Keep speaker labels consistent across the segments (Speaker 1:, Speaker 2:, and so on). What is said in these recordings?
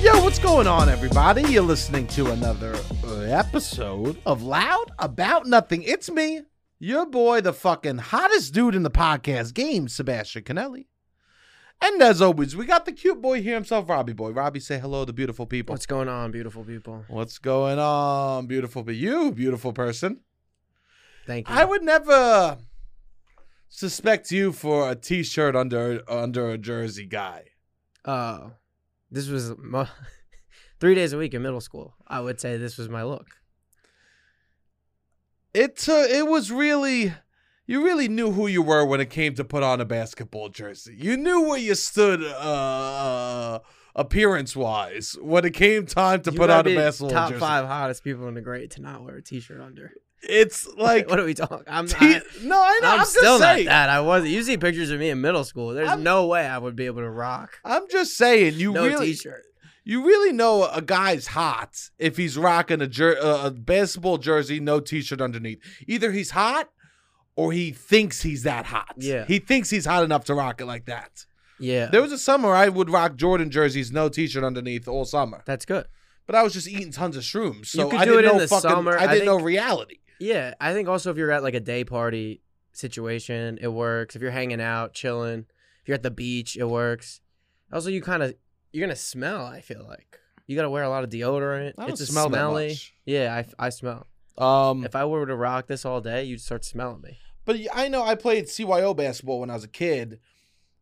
Speaker 1: Yo, what's going on, everybody? You're listening to another episode of Loud About Nothing. It's me, your boy, the fucking hottest dude in the podcast game, Sebastian Canelli. And as always, we got the cute boy here himself, Robbie Boy. Robbie, say hello to beautiful people.
Speaker 2: What's going on, beautiful people?
Speaker 1: What's going on, beautiful? But you, beautiful person.
Speaker 2: Thank you.
Speaker 1: I would never suspect you for a t-shirt under under a jersey guy.
Speaker 2: Uh, this was my, three days a week in middle school. I would say this was my look.
Speaker 1: It took. It was really. You really knew who you were when it came to put on a basketball jersey. You knew where you stood, uh, appearance wise, when it came time to
Speaker 2: You
Speaker 1: put
Speaker 2: gotta
Speaker 1: on a
Speaker 2: be
Speaker 1: basketball
Speaker 2: top
Speaker 1: jersey.
Speaker 2: five hottest people in the grade to not wear a t-shirt under.
Speaker 1: It's like.
Speaker 2: what are we talking? I'm,
Speaker 1: te-
Speaker 2: I,
Speaker 1: no, I know.
Speaker 2: I'm,
Speaker 1: I'm, just
Speaker 2: still
Speaker 1: saying.
Speaker 2: not that. I wasn't. You see pictures of me in middle school. There's
Speaker 1: I'm-
Speaker 2: no way I would be able to rock
Speaker 1: I'm just saying. You
Speaker 2: no
Speaker 1: really.
Speaker 2: t-shirt.
Speaker 1: You really know a guy's hot if he's rocking a, jer- uh, a basketball jersey, no t-shirt underneath. Either he's hot or he thinks he's that hot.
Speaker 2: Yeah.
Speaker 1: He thinks he's hot enough to rock it like that.
Speaker 2: Yeah,
Speaker 1: There was a summer I would rock Jordan jerseys, no t-shirt underneath all summer.
Speaker 2: that's good.
Speaker 1: But I was just eating tons of shrooms, so
Speaker 2: You could
Speaker 1: I
Speaker 2: do
Speaker 1: didn't
Speaker 2: it in
Speaker 1: know
Speaker 2: the
Speaker 1: fucking
Speaker 2: summer.
Speaker 1: I
Speaker 2: I
Speaker 1: didn't know
Speaker 2: think-
Speaker 1: reality.
Speaker 2: Yeah, I think also if you're at like a day party situation, it works. If you're hanging out, chilling, if you're at the beach, it works. Also, you kind of you're gonna smell. I feel like you gotta wear a lot of deodorant.
Speaker 1: I don't
Speaker 2: it's a
Speaker 1: smell that
Speaker 2: smelly.
Speaker 1: much.
Speaker 2: Yeah, I, I smell.
Speaker 1: Um
Speaker 2: If I were to rock this all day, you'd start smelling me.
Speaker 1: but I know I played CYO basketball when I was a kid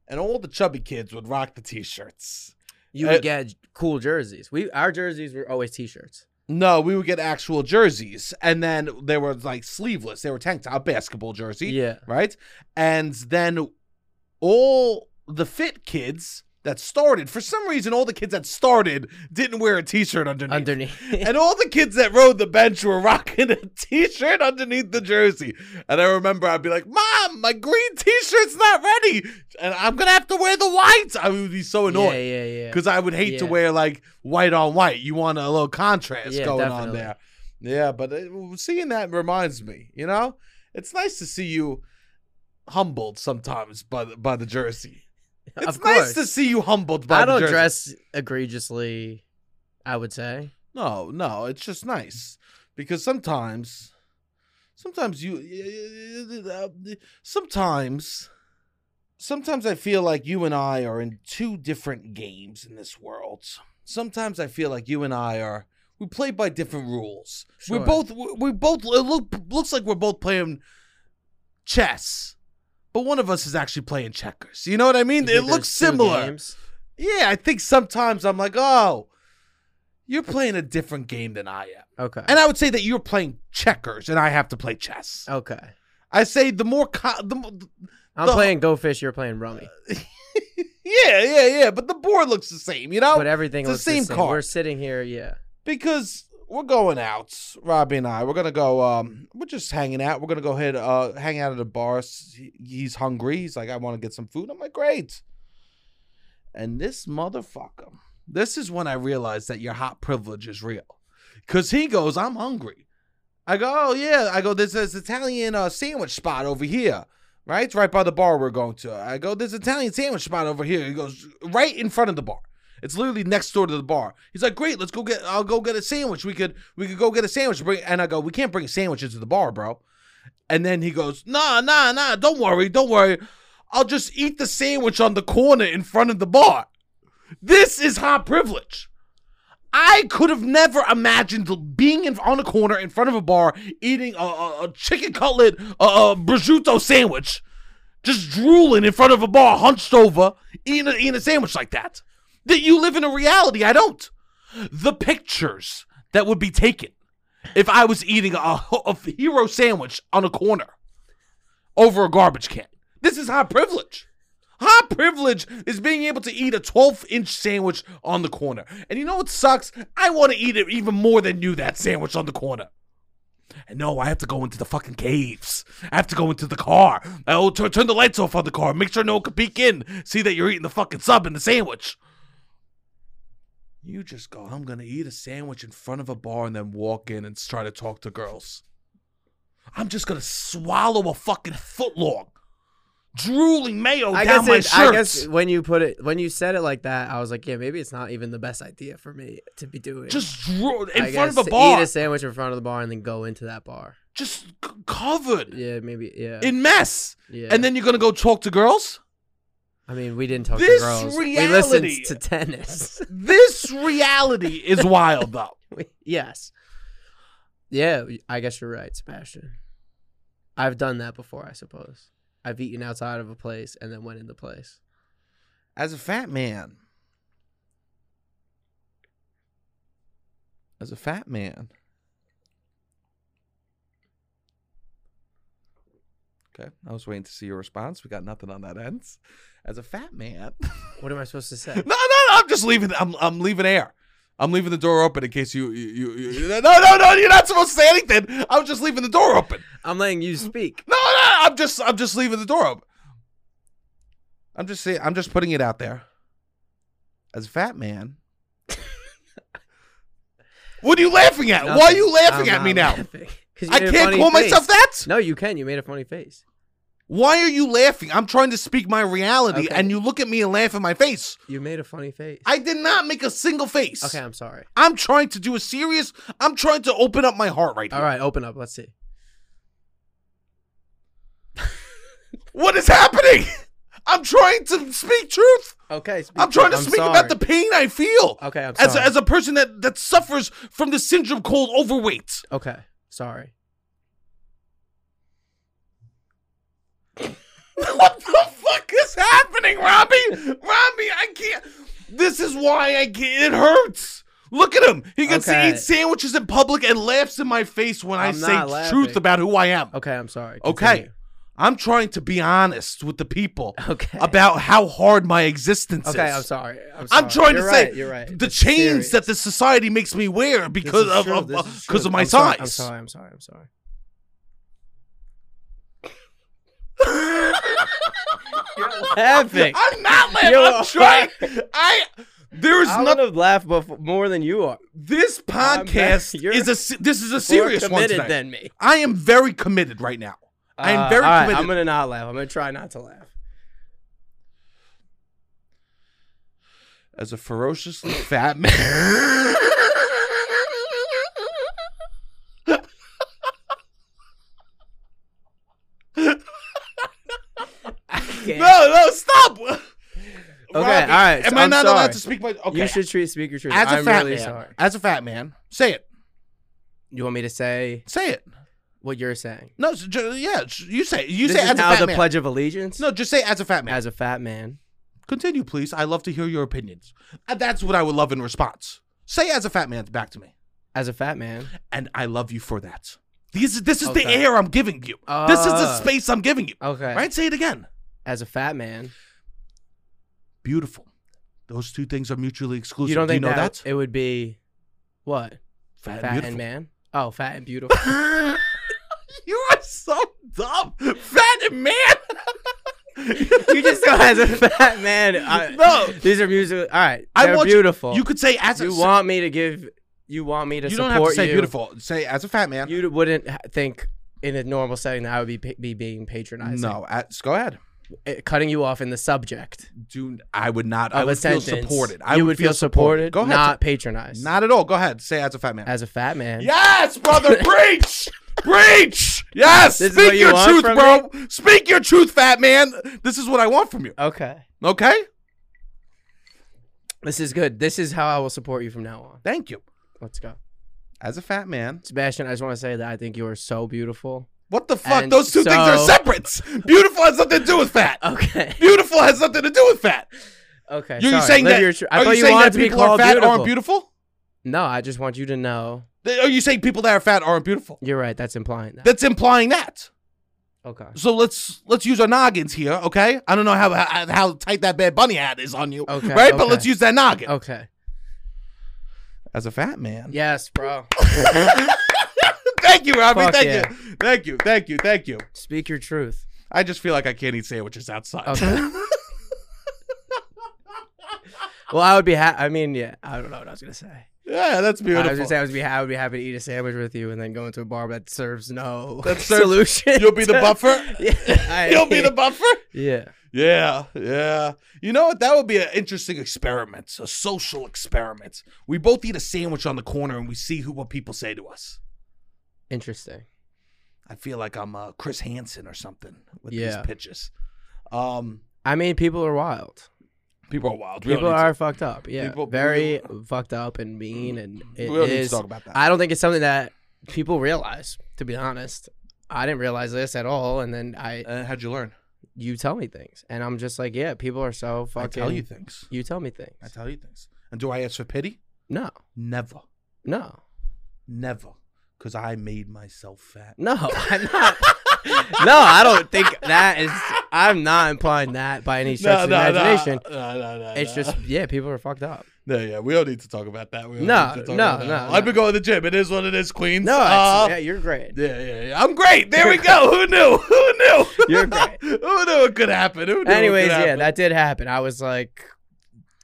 Speaker 1: and all the chubby kids would rock the t-shirts.
Speaker 2: You
Speaker 1: Uh,
Speaker 2: would get cool jerseys. We our jerseys were always t-shirts.
Speaker 1: No, we would get actual jerseys, and then they were like sleeveless. They were tank top basketball jersey,
Speaker 2: Yeah,
Speaker 1: right? And then all the fit kids that started, for some reason, all the kids that started didn't wear a t-shirt underneath.
Speaker 2: underneath.
Speaker 1: and all the kids that rode the bench were rocking a t-shirt underneath the jersey. And I remember I'd be like, "Mom, my green t-shirt's not ready, and I'm gonna have to wear the whites." I would be so annoyed
Speaker 2: yeah, yeah, yeah.
Speaker 1: because I would hate to
Speaker 2: Yeah.
Speaker 1: wear like white on white. You want a little contrast
Speaker 2: Yeah,
Speaker 1: going on
Speaker 2: definitely.
Speaker 1: there. Yeah, but it, seeing that reminds me, you know, it's nice to see you humbled sometimes by the, by the jersey. It's
Speaker 2: of
Speaker 1: nice
Speaker 2: course,
Speaker 1: to see you humbled by
Speaker 2: I
Speaker 1: the
Speaker 2: don't
Speaker 1: jersey.
Speaker 2: dress egregiously. I would say.
Speaker 1: No, no, it's just nice because sometimes, sometimes you, sometimes, sometimes I feel like you and I are in two different games in this world. Sometimes I feel like you and I are we play by different rules. We're
Speaker 2: Sure.
Speaker 1: both we we both it look, looks like we're both playing chess, but one of us is actually playing checkers. You know what I mean?
Speaker 2: You think
Speaker 1: it looks
Speaker 2: there's two
Speaker 1: similar.
Speaker 2: games?
Speaker 1: Yeah, I think sometimes I'm like, oh, you're playing a different game than I am.
Speaker 2: Okay.
Speaker 1: And I would say that you're playing checkers and I have to play chess.
Speaker 2: Okay.
Speaker 1: I say the more, co- the, mo-
Speaker 2: I'm
Speaker 1: The-
Speaker 2: playing Go Fish. You're playing Rummy.
Speaker 1: yeah, yeah, yeah, but the board looks the same, you know?
Speaker 2: but everything
Speaker 1: Oh, it's the
Speaker 2: looks
Speaker 1: same
Speaker 2: the same. We're
Speaker 1: card.
Speaker 2: sitting here. Yeah.
Speaker 1: because we're going out, Robbie and I. We're gonna go. Um, we're just hanging out. We're gonna go ahead, uh, hang out at a bar. S- he- He's hungry. He's like, I want to get some food. I'm like, great. And this motherfucker. This is when I realized that your hot privilege is real, because he goes, I'm hungry. I go, oh yeah. I go, there's this Italian uh, sandwich spot over here. Right, it's right by the bar we're going to. I go, there's Italian sandwich spot over here. He goes right in front of the bar. It's literally next door to the bar. He's like, "Great, let's go get. I'll go get a sandwich. We could we could go get a sandwich." Bring, and I go, "We can't bring sandwiches to the bar, bro." And then he goes, "Nah, nah, nah. Don't worry, don't worry. I'll just eat the sandwich on the corner in front of the bar." This is hot privilege. I could have never imagined being in, on a corner in front of a bar eating a, a, a chicken cutlet, a, a prosciutto sandwich, just drooling in front of a bar, hunched over, eating a, eating a sandwich like that. That you live in a reality I don't. The pictures that would be taken if I was eating a, a hero sandwich on a corner over a garbage can. This is high privilege. High privilege is being able to eat a 12 inch sandwich on the corner. And you know what sucks? I want to eat it even more than you, that sandwich on the corner. And no, I have to go into the fucking caves. I have to go into the car. I'll t- turn the lights off on the car. Make sure no one can peek in. See that you're eating the fucking sub and the sandwich. You just go, I'm going to eat a sandwich in front of a bar and then walk in and try to talk to girls. I'm just going to swallow a fucking footlong. Drooling mayo
Speaker 2: I
Speaker 1: down
Speaker 2: guess,
Speaker 1: my
Speaker 2: it,
Speaker 1: shirt.
Speaker 2: I guess when you put it when you said it like that, I was like, yeah, maybe it's not even the best idea for me to be doing.
Speaker 1: just drew in
Speaker 2: I
Speaker 1: front
Speaker 2: guess,
Speaker 1: of a
Speaker 2: to
Speaker 1: bar.
Speaker 2: Eat a sandwich in front of the bar and then go into that bar.
Speaker 1: just c- covered
Speaker 2: Yeah, maybe. Yeah.
Speaker 1: in mess.
Speaker 2: yeah.
Speaker 1: And then you're going to go talk to girls?
Speaker 2: I mean, we didn't talk
Speaker 1: This
Speaker 2: to girls. We
Speaker 1: reality-
Speaker 2: listened to tennis.
Speaker 1: This reality is wild, though.
Speaker 2: We- yes. Yeah, I guess you're right, Sebastian. I've done that before, I suppose. I've eaten outside of a place and then went into place.
Speaker 1: As a fat man, as a fat man, okay, I was waiting to see your response. We got nothing on that end. As a fat man, no,
Speaker 2: What am I supposed to say?
Speaker 1: no, no, I'm just leaving. I'm, I'm leaving air. I'm leaving the door open in case you, you, you, you. No, no, no, you're not supposed to say anything. I'm just leaving the door open.
Speaker 2: I'm letting you speak.
Speaker 1: No, no, I'm just I'm just leaving the door open. I'm just saying I'm just putting it out there. As a fat man. what are you laughing at? Why are you laughing at me now? I can't call myself that.
Speaker 2: No, you can. You made a funny face.
Speaker 1: Why are you laughing? I'm trying to speak my reality
Speaker 2: Okay.
Speaker 1: and you look at me and laugh in my face.
Speaker 2: You made a funny face.
Speaker 1: I did not make a single face.
Speaker 2: okay, I'm sorry.
Speaker 1: I'm trying to do a serious I'm trying to open up my heart right now.
Speaker 2: All right, open up. Let's see.
Speaker 1: What is happening? I'm trying to speak truth.
Speaker 2: Okay. speak
Speaker 1: I'm trying to
Speaker 2: I'm
Speaker 1: speak
Speaker 2: sorry.
Speaker 1: about the pain I feel.
Speaker 2: Okay, I'm sorry.
Speaker 1: as a, as a person that, that suffers from the syndrome called overweight.
Speaker 2: okay, sorry.
Speaker 1: what the fuck is happening, Robbie? Robbie, I can't. This is why I can't. It hurts. Look at him. He gets to
Speaker 2: Okay.
Speaker 1: eat sandwiches in public and laughs in my face when i
Speaker 2: I'm
Speaker 1: say
Speaker 2: not laughing.
Speaker 1: truth about who I am.
Speaker 2: Okay, I'm sorry.
Speaker 1: Okay.
Speaker 2: Continue.
Speaker 1: I'm trying to be honest with the people
Speaker 2: Okay.
Speaker 1: about how hard my existence
Speaker 2: Okay,
Speaker 1: is.
Speaker 2: I'm sorry. I'm, sorry.
Speaker 1: I'm trying
Speaker 2: You're
Speaker 1: to say
Speaker 2: right, you're right.
Speaker 1: the
Speaker 2: This is
Speaker 1: chains
Speaker 2: serious.
Speaker 1: that this society makes me wear
Speaker 2: This
Speaker 1: because
Speaker 2: is
Speaker 1: of
Speaker 2: true,
Speaker 1: of-
Speaker 2: this
Speaker 1: uh,
Speaker 2: is
Speaker 1: because
Speaker 2: true.
Speaker 1: of my
Speaker 2: I'm sorry,
Speaker 1: size.
Speaker 2: I'm sorry. I'm sorry. I'm sorry. You're laughing.
Speaker 1: I'm not laughing.
Speaker 2: You
Speaker 1: I'm
Speaker 2: are.
Speaker 1: trying. I there is
Speaker 2: I
Speaker 1: no
Speaker 2: would have laughed before, more than you are.
Speaker 1: this
Speaker 2: I'm
Speaker 1: podcast
Speaker 2: not- you're
Speaker 1: is a se- this is a
Speaker 2: More
Speaker 1: serious one
Speaker 2: committed
Speaker 1: tonight.
Speaker 2: than me.
Speaker 1: I am very committed right now. I am
Speaker 2: Uh,
Speaker 1: very
Speaker 2: all right, I'm
Speaker 1: committed.
Speaker 2: gonna not laugh. I'm gonna try not to laugh.
Speaker 1: As a ferociously fat man.
Speaker 2: Okay.
Speaker 1: no, no, stop. Okay,
Speaker 2: all right,
Speaker 1: Am
Speaker 2: so
Speaker 1: I
Speaker 2: I'm
Speaker 1: not allowed
Speaker 2: sorry.
Speaker 1: to speak my okay?
Speaker 2: You should treat speak your truth.
Speaker 1: as a
Speaker 2: I'm
Speaker 1: fat
Speaker 2: really
Speaker 1: man.
Speaker 2: sorry.
Speaker 1: As a fat man, say it.
Speaker 2: You want me to say
Speaker 1: Say it.
Speaker 2: what you're saying?
Speaker 1: No, s- ju- yeah, s- you say it. you
Speaker 2: this
Speaker 1: say
Speaker 2: is
Speaker 1: it as a
Speaker 2: now
Speaker 1: fat
Speaker 2: the
Speaker 1: man.
Speaker 2: Pledge of Allegiance.
Speaker 1: no, just say it as a fat man.
Speaker 2: as a fat man.
Speaker 1: Continue, please. I love to hear your opinions. Uh, That's what I would love in response. Say as a fat man back to me.
Speaker 2: As a fat man.
Speaker 1: And I love you for that. This is, this is the
Speaker 2: Okay.
Speaker 1: air I'm giving you. this is the
Speaker 2: Ah.
Speaker 1: space I'm giving you.
Speaker 2: Okay.
Speaker 1: Right? Say it again.
Speaker 2: As a fat man.
Speaker 1: Beautiful. Those two things are mutually exclusive.
Speaker 2: You don't
Speaker 1: Do
Speaker 2: think
Speaker 1: you know
Speaker 2: that,
Speaker 1: that?
Speaker 2: it would be what?
Speaker 1: Fat,
Speaker 2: fat
Speaker 1: and
Speaker 2: and
Speaker 1: beautiful.
Speaker 2: man? Oh, fat and beautiful.
Speaker 1: you are so dumb. Fat and man.
Speaker 2: you just go as a fat man. I,
Speaker 1: No.
Speaker 2: These are music. All right.
Speaker 1: I
Speaker 2: They're
Speaker 1: want you-
Speaker 2: beautiful.
Speaker 1: You could say as a
Speaker 2: You want me to give you want me to
Speaker 1: You
Speaker 2: support
Speaker 1: don't have to say
Speaker 2: you.
Speaker 1: beautiful. Say as a fat man.
Speaker 2: You wouldn't ha- think in a normal setting that I would be pa- be being patronizing.
Speaker 1: no, as, go ahead.
Speaker 2: Uh, cutting you off in the subject.
Speaker 1: Do I would not.
Speaker 2: Of
Speaker 1: I
Speaker 2: a
Speaker 1: would feel
Speaker 2: sentence.
Speaker 1: supported. I
Speaker 2: You would feel supported,
Speaker 1: Go ahead.
Speaker 2: not patronized.
Speaker 1: Not at all. Go ahead. Say as a fat man.
Speaker 2: as a fat man.
Speaker 1: yes, brother. preach. Preach. Yes.
Speaker 2: This is
Speaker 1: Speak
Speaker 2: what you
Speaker 1: your
Speaker 2: want
Speaker 1: truth,
Speaker 2: from
Speaker 1: bro. Speak your truth, fat man. This is what I want from you.
Speaker 2: Okay.
Speaker 1: Okay?
Speaker 2: This is good. This is how I will support you from now on.
Speaker 1: Thank you.
Speaker 2: Let's go.
Speaker 1: As a fat man.
Speaker 2: Sebastian, I just want to say that I think you are so beautiful.
Speaker 1: What the fuck?
Speaker 2: And
Speaker 1: Those two things are
Speaker 2: so-
Speaker 1: separate. Beautiful has nothing to do with fat.
Speaker 2: Okay.
Speaker 1: Beautiful has nothing to do with fat.
Speaker 2: Okay.
Speaker 1: You're
Speaker 2: sorry.
Speaker 1: saying
Speaker 2: Live
Speaker 1: that?
Speaker 2: your tru- I
Speaker 1: are
Speaker 2: thought
Speaker 1: you,
Speaker 2: you
Speaker 1: saying
Speaker 2: wanted
Speaker 1: that
Speaker 2: to be
Speaker 1: people who are
Speaker 2: called
Speaker 1: fat
Speaker 2: beautiful.
Speaker 1: aren't beautiful?
Speaker 2: No, I just want you to know.
Speaker 1: Are you saying people that are fat aren't beautiful?
Speaker 2: You're right. That's implying that.
Speaker 1: That's implying that.
Speaker 2: okay.
Speaker 1: So let's let's use our noggins here, okay? I don't know how how, how tight that bad bunny hat is on you,
Speaker 2: Okay,
Speaker 1: right? But
Speaker 2: okay.
Speaker 1: let's use that noggin.
Speaker 2: Okay.
Speaker 1: As a fat man,
Speaker 2: Yes, bro.
Speaker 1: thank you, Robbie.
Speaker 2: Fuck
Speaker 1: Thank
Speaker 2: yeah.
Speaker 1: you, thank you, thank you, thank you.
Speaker 2: Speak your truth.
Speaker 1: I just feel like I can't eat sandwiches outside.
Speaker 2: Okay. Well, I would be. Ha- I mean, yeah. I don't know what I was gonna say.
Speaker 1: Yeah, that's
Speaker 2: I was
Speaker 1: beautiful.
Speaker 2: gonna say I would be. I would be happy to eat a sandwich with you, and then go into a bar that serves no
Speaker 1: That serves-
Speaker 2: solution.
Speaker 1: You'll be the
Speaker 2: to-
Speaker 1: buffer.
Speaker 2: yeah, I-
Speaker 1: You'll be the buffer.
Speaker 2: yeah.
Speaker 1: Yeah, yeah. You know what? That would be an interesting experiment, a social experiment. We both eat a sandwich on the corner and we see who what people say to us.
Speaker 2: Interesting.
Speaker 1: I feel like I'm uh, Chris Hansen or something with
Speaker 2: Yeah.
Speaker 1: these pitches. Um,
Speaker 2: I mean, people are wild.
Speaker 1: people are wild. We
Speaker 2: People
Speaker 1: don't need
Speaker 2: are
Speaker 1: to-
Speaker 2: fucked up. Yeah,
Speaker 1: People-
Speaker 2: very fucked up and mean, and it
Speaker 1: we don't need to
Speaker 2: is-
Speaker 1: talk about that.
Speaker 2: I don't think it's something that people realize. To be honest, I didn't realize this at all, and then I
Speaker 1: Uh, how'd you learn?
Speaker 2: you tell me things, and I'm just like, yeah, people are so
Speaker 1: I
Speaker 2: fucking.
Speaker 1: tell you things.
Speaker 2: you tell me things.
Speaker 1: I tell you things. And do I ask for pity?
Speaker 2: no,
Speaker 1: Never,
Speaker 2: no,
Speaker 1: never, because I made myself fat.
Speaker 2: no. I'm not. no, I don't think that is. I'm not implying that by any stretch of the imagination.
Speaker 1: no, no, no.
Speaker 2: It's
Speaker 1: no.
Speaker 2: just yeah, people are fucked up.
Speaker 1: No, yeah, we don't need to talk about that. We don't
Speaker 2: No,
Speaker 1: need to talk
Speaker 2: no,
Speaker 1: about that.
Speaker 2: no,
Speaker 1: I've
Speaker 2: no.
Speaker 1: been going to the gym. It is what it is, Queens.
Speaker 2: No,
Speaker 1: Uh,
Speaker 2: it's, yeah, you're great.
Speaker 1: yeah, yeah, yeah. I'm great. There we go. Who knew? Who knew?
Speaker 2: You're great.
Speaker 1: Who knew it could happen? Who knew?
Speaker 2: Anyways,
Speaker 1: it could
Speaker 2: yeah,
Speaker 1: happen?
Speaker 2: that did happen. I was like,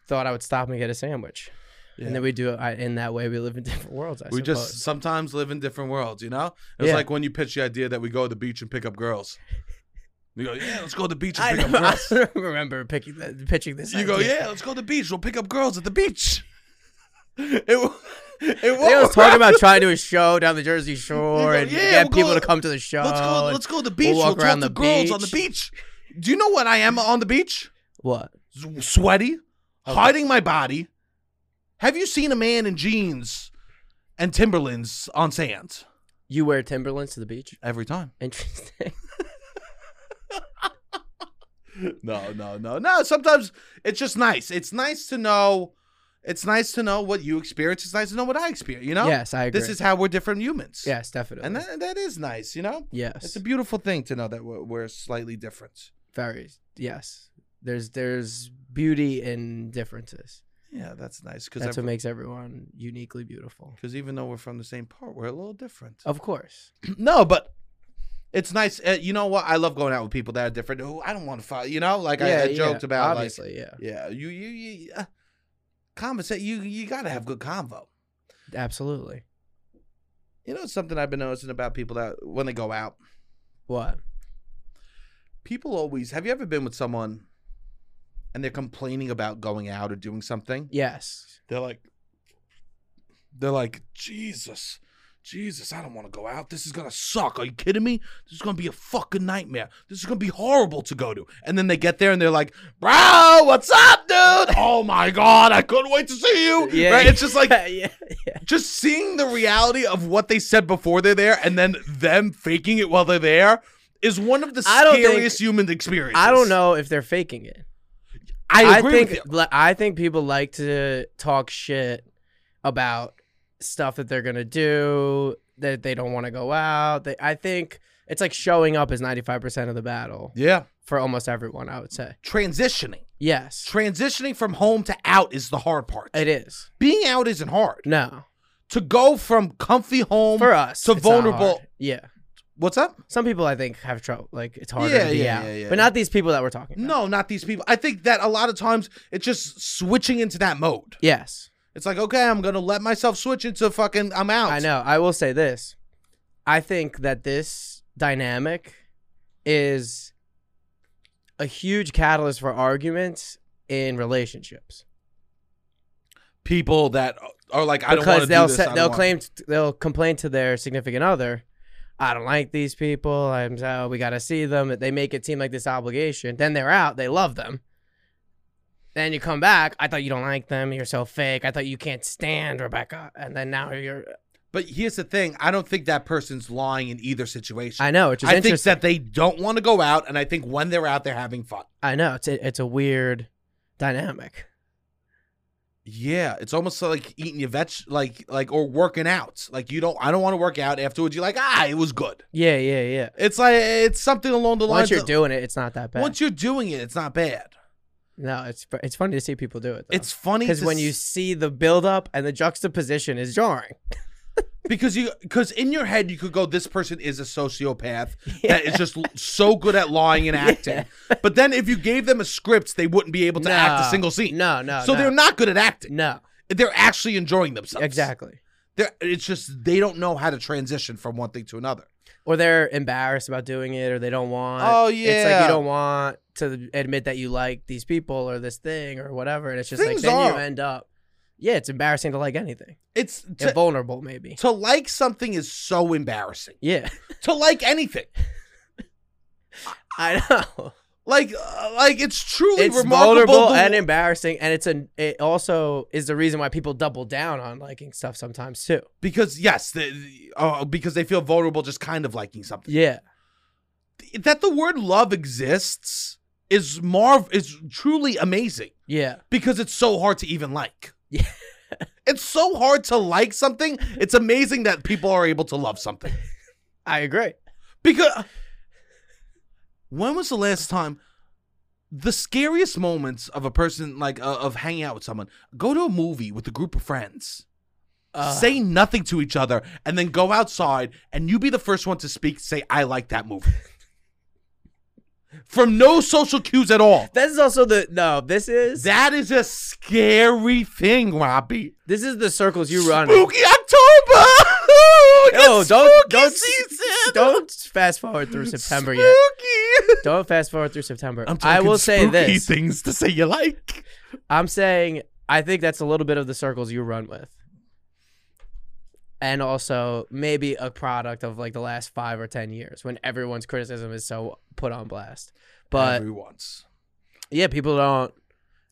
Speaker 2: thought I would stop and get a sandwich,
Speaker 1: Yeah.
Speaker 2: and then we do it I, in that way. We live in different worlds. I
Speaker 1: we just
Speaker 2: suppose.
Speaker 1: sometimes live in different worlds, you know? It's
Speaker 2: Yeah.
Speaker 1: like when you pitch the idea that we go to the beach and pick up girls. You go, yeah, let's go to the beach
Speaker 2: I,
Speaker 1: and pick up
Speaker 2: don't- I
Speaker 1: girls.
Speaker 2: don't remember picking that, pitching this.
Speaker 1: You go,
Speaker 2: idea.
Speaker 1: yeah, let's go to the beach. We'll pick up girls at the beach. It, w- it
Speaker 2: They was
Speaker 1: won't
Speaker 2: talking about trying to do a show down the Jersey Shore
Speaker 1: go,
Speaker 2: and
Speaker 1: "Yeah,
Speaker 2: get
Speaker 1: we'll
Speaker 2: people
Speaker 1: go-
Speaker 2: to come to the show.
Speaker 1: Let's go.
Speaker 2: and-
Speaker 1: Let's go to the beach. We'll,
Speaker 2: "Oh, walk
Speaker 1: talk
Speaker 2: around
Speaker 1: to
Speaker 2: the
Speaker 1: girls on the beach. Do you know what I am on the beach?
Speaker 2: what?
Speaker 1: S- Sweaty,
Speaker 2: Okay.
Speaker 1: hiding my body. Have you seen a man in jeans and Timberlands on sand?
Speaker 2: You wear Timberlands to the beach?
Speaker 1: Every time.
Speaker 2: Interesting.
Speaker 1: No, no, no, no. Sometimes it's just nice. It's nice to know. It's nice to know what you experience. It's nice to know what I experience. You know.
Speaker 2: Yes, I agree.
Speaker 1: This is how we're different humans.
Speaker 2: yes, definitely.
Speaker 1: And that that is nice. You know.
Speaker 2: yes,
Speaker 1: It's a beautiful thing to know that we're, we're slightly different.
Speaker 2: very yes. There's there's beauty in differences.
Speaker 1: Yeah, that's nice
Speaker 2: That's
Speaker 1: because
Speaker 2: what makes everyone uniquely beautiful.
Speaker 1: because even though we're from the same part, we're a little different.
Speaker 2: Of course.
Speaker 1: No, but it's nice. Uh, you know what? I love going out with people that are different. Who I don't want to fight. You know, like I, I joked about.
Speaker 2: obviously,
Speaker 1: Like, yeah, you you you. Uh, conversa- You you gotta have good convo.
Speaker 2: yeah, absolutely.
Speaker 1: You know, it's something I've been noticing about people that when they go out,
Speaker 2: What?
Speaker 1: people always. Have you ever been with someone, and they're complaining about going out or doing something?
Speaker 2: Yes.
Speaker 1: They're like, they're like, Jesus, Jesus, I don't want to go out. This is gonna suck. Are you kidding me? This is gonna be a fucking nightmare. This is gonna be horrible to go to. And then they get there and they're like, Bro, what's up, dude? Oh my god, I couldn't wait to see you.
Speaker 2: Yeah.
Speaker 1: Right? It's just like
Speaker 2: yeah, yeah.
Speaker 1: just seeing the reality of what they said before they're there and then them faking it while they're there. Is one of the
Speaker 2: I don't think-
Speaker 1: scariest human experiences.
Speaker 2: I don't know if they're faking it.
Speaker 1: I agree
Speaker 2: think
Speaker 1: with you.
Speaker 2: li- I think people like to talk shit about stuff that they're gonna do that they don't want to go out. They, I think it's like showing up is ninety five percent of the battle
Speaker 1: Yeah,
Speaker 2: for almost everyone. I would say
Speaker 1: transitioning,
Speaker 2: yes,
Speaker 1: transitioning from home to out is the hard part.
Speaker 2: it is.
Speaker 1: being out isn't hard.
Speaker 2: No,
Speaker 1: To go from comfy home
Speaker 2: for us,
Speaker 1: So
Speaker 2: it's not
Speaker 1: vulnerable-
Speaker 2: hard. Yeah,
Speaker 1: what's up?
Speaker 2: some people I think have trouble. Like it's harder
Speaker 1: Yeah,
Speaker 2: to be
Speaker 1: yeah,
Speaker 2: out,
Speaker 1: yeah, yeah.
Speaker 2: but not these people that we're talking about.
Speaker 1: No, not these people. I think that a lot of times it's just switching into that mode.
Speaker 2: Yes,
Speaker 1: It's like, okay, I'm gonna let myself switch into fucking I'm out.
Speaker 2: I know. I will say this. I think that this dynamic is a huge catalyst for arguments in relationships
Speaker 1: People that are like, I don't want to
Speaker 2: because
Speaker 1: do
Speaker 2: they'll
Speaker 1: this.
Speaker 2: sa-
Speaker 1: I don't
Speaker 2: they'll
Speaker 1: wanna-
Speaker 2: claim t- they'll complain to their significant other. I don't like these people. I'm so we got to see them. They make it seem like this obligation. Then they're out. They love them. Then you come back. I thought you don't like them. You're so fake. I thought you can't stand Rebecca. And then now you're.
Speaker 1: But here's the thing: I don't think that person's lying in either situation.
Speaker 2: I know, which is
Speaker 1: I think
Speaker 2: interesting.
Speaker 1: that they don't want to go out, and I think when they're out, they're having fun.
Speaker 2: I know it's a, it's a weird dynamic.
Speaker 1: Yeah, it's almost like eating your veg, like like or working out. Like you don't, I don't want to work out. Afterwards, you're like, ah, it was good.
Speaker 2: Yeah, yeah, yeah.
Speaker 1: It's like it's something along the
Speaker 2: Once
Speaker 1: lines.
Speaker 2: you're
Speaker 1: of-
Speaker 2: doing it, it's not that bad.
Speaker 1: Once you're doing it, it's not bad.
Speaker 2: no, it's fu- it's funny to see people do it. Though.
Speaker 1: It's funny
Speaker 2: because
Speaker 1: to
Speaker 2: when you
Speaker 1: s-
Speaker 2: see the buildup and the juxtaposition is jarring.
Speaker 1: because you because in your head you could go this person is a sociopath that is just l- so good at lying and acting but then if you gave them a script they wouldn't be able to act a
Speaker 2: No.
Speaker 1: single scene
Speaker 2: No, no.
Speaker 1: so
Speaker 2: no.
Speaker 1: they're not good at acting
Speaker 2: No,
Speaker 1: they're actually enjoying themselves
Speaker 2: exactly.
Speaker 1: they're, it's just they don't know how to transition from one thing to another
Speaker 2: Or they're embarrassed about doing it, or they don't want.
Speaker 1: Oh,
Speaker 2: It's like
Speaker 1: yeah.
Speaker 2: you don't want to admit that you like these people or this thing or whatever, and it's just
Speaker 1: Things
Speaker 2: like then
Speaker 1: are-
Speaker 2: you end up. Yeah, it's embarrassing to like anything.
Speaker 1: it's
Speaker 2: And
Speaker 1: to,
Speaker 2: vulnerable, maybe.
Speaker 1: to like something is so embarrassing
Speaker 2: Yeah,
Speaker 1: to like anything
Speaker 2: I know.
Speaker 1: like uh, like it's truly
Speaker 2: It's
Speaker 1: remarkable
Speaker 2: vulnerable
Speaker 1: the-
Speaker 2: and embarrassing, and it's an. It also is the reason why people double down on liking stuff sometimes too.
Speaker 1: because yes the, the- uh, because they feel vulnerable just kind of liking something
Speaker 2: Yeah,
Speaker 1: that the word love exists is marv is truly amazing
Speaker 2: yeah,
Speaker 1: because it's so hard to even like.
Speaker 2: Yeah.
Speaker 1: it's so hard to like something. It's amazing that people are able to love something.
Speaker 2: I agree.
Speaker 1: Because uh, when was the last time the scariest moments of a person like uh, of hanging out with someone go to a movie with a group of friends
Speaker 2: Uh,
Speaker 1: say nothing to each other and then go outside and you be the first one to speak say i like that movie from no social cues at all
Speaker 2: This is also the no. This is
Speaker 1: That is a scary thing, Robbie.
Speaker 2: this is the circles you run. in.
Speaker 1: Spooky October. Ooh,
Speaker 2: No,
Speaker 1: it's
Speaker 2: don't
Speaker 1: spooky
Speaker 2: don't
Speaker 1: season.
Speaker 2: don't fast forward through September
Speaker 1: spooky.
Speaker 2: yet. Don't fast forward through September.
Speaker 1: I'm
Speaker 2: I will
Speaker 1: talking
Speaker 2: say
Speaker 1: spooky
Speaker 2: this.
Speaker 1: things to say you like.
Speaker 2: I'm saying I think that's a little bit of the circles you run with. And also maybe a product of like the last five or ten years when everyone's criticism is so put on blast. But
Speaker 1: Everyone's.
Speaker 2: yeah, people don't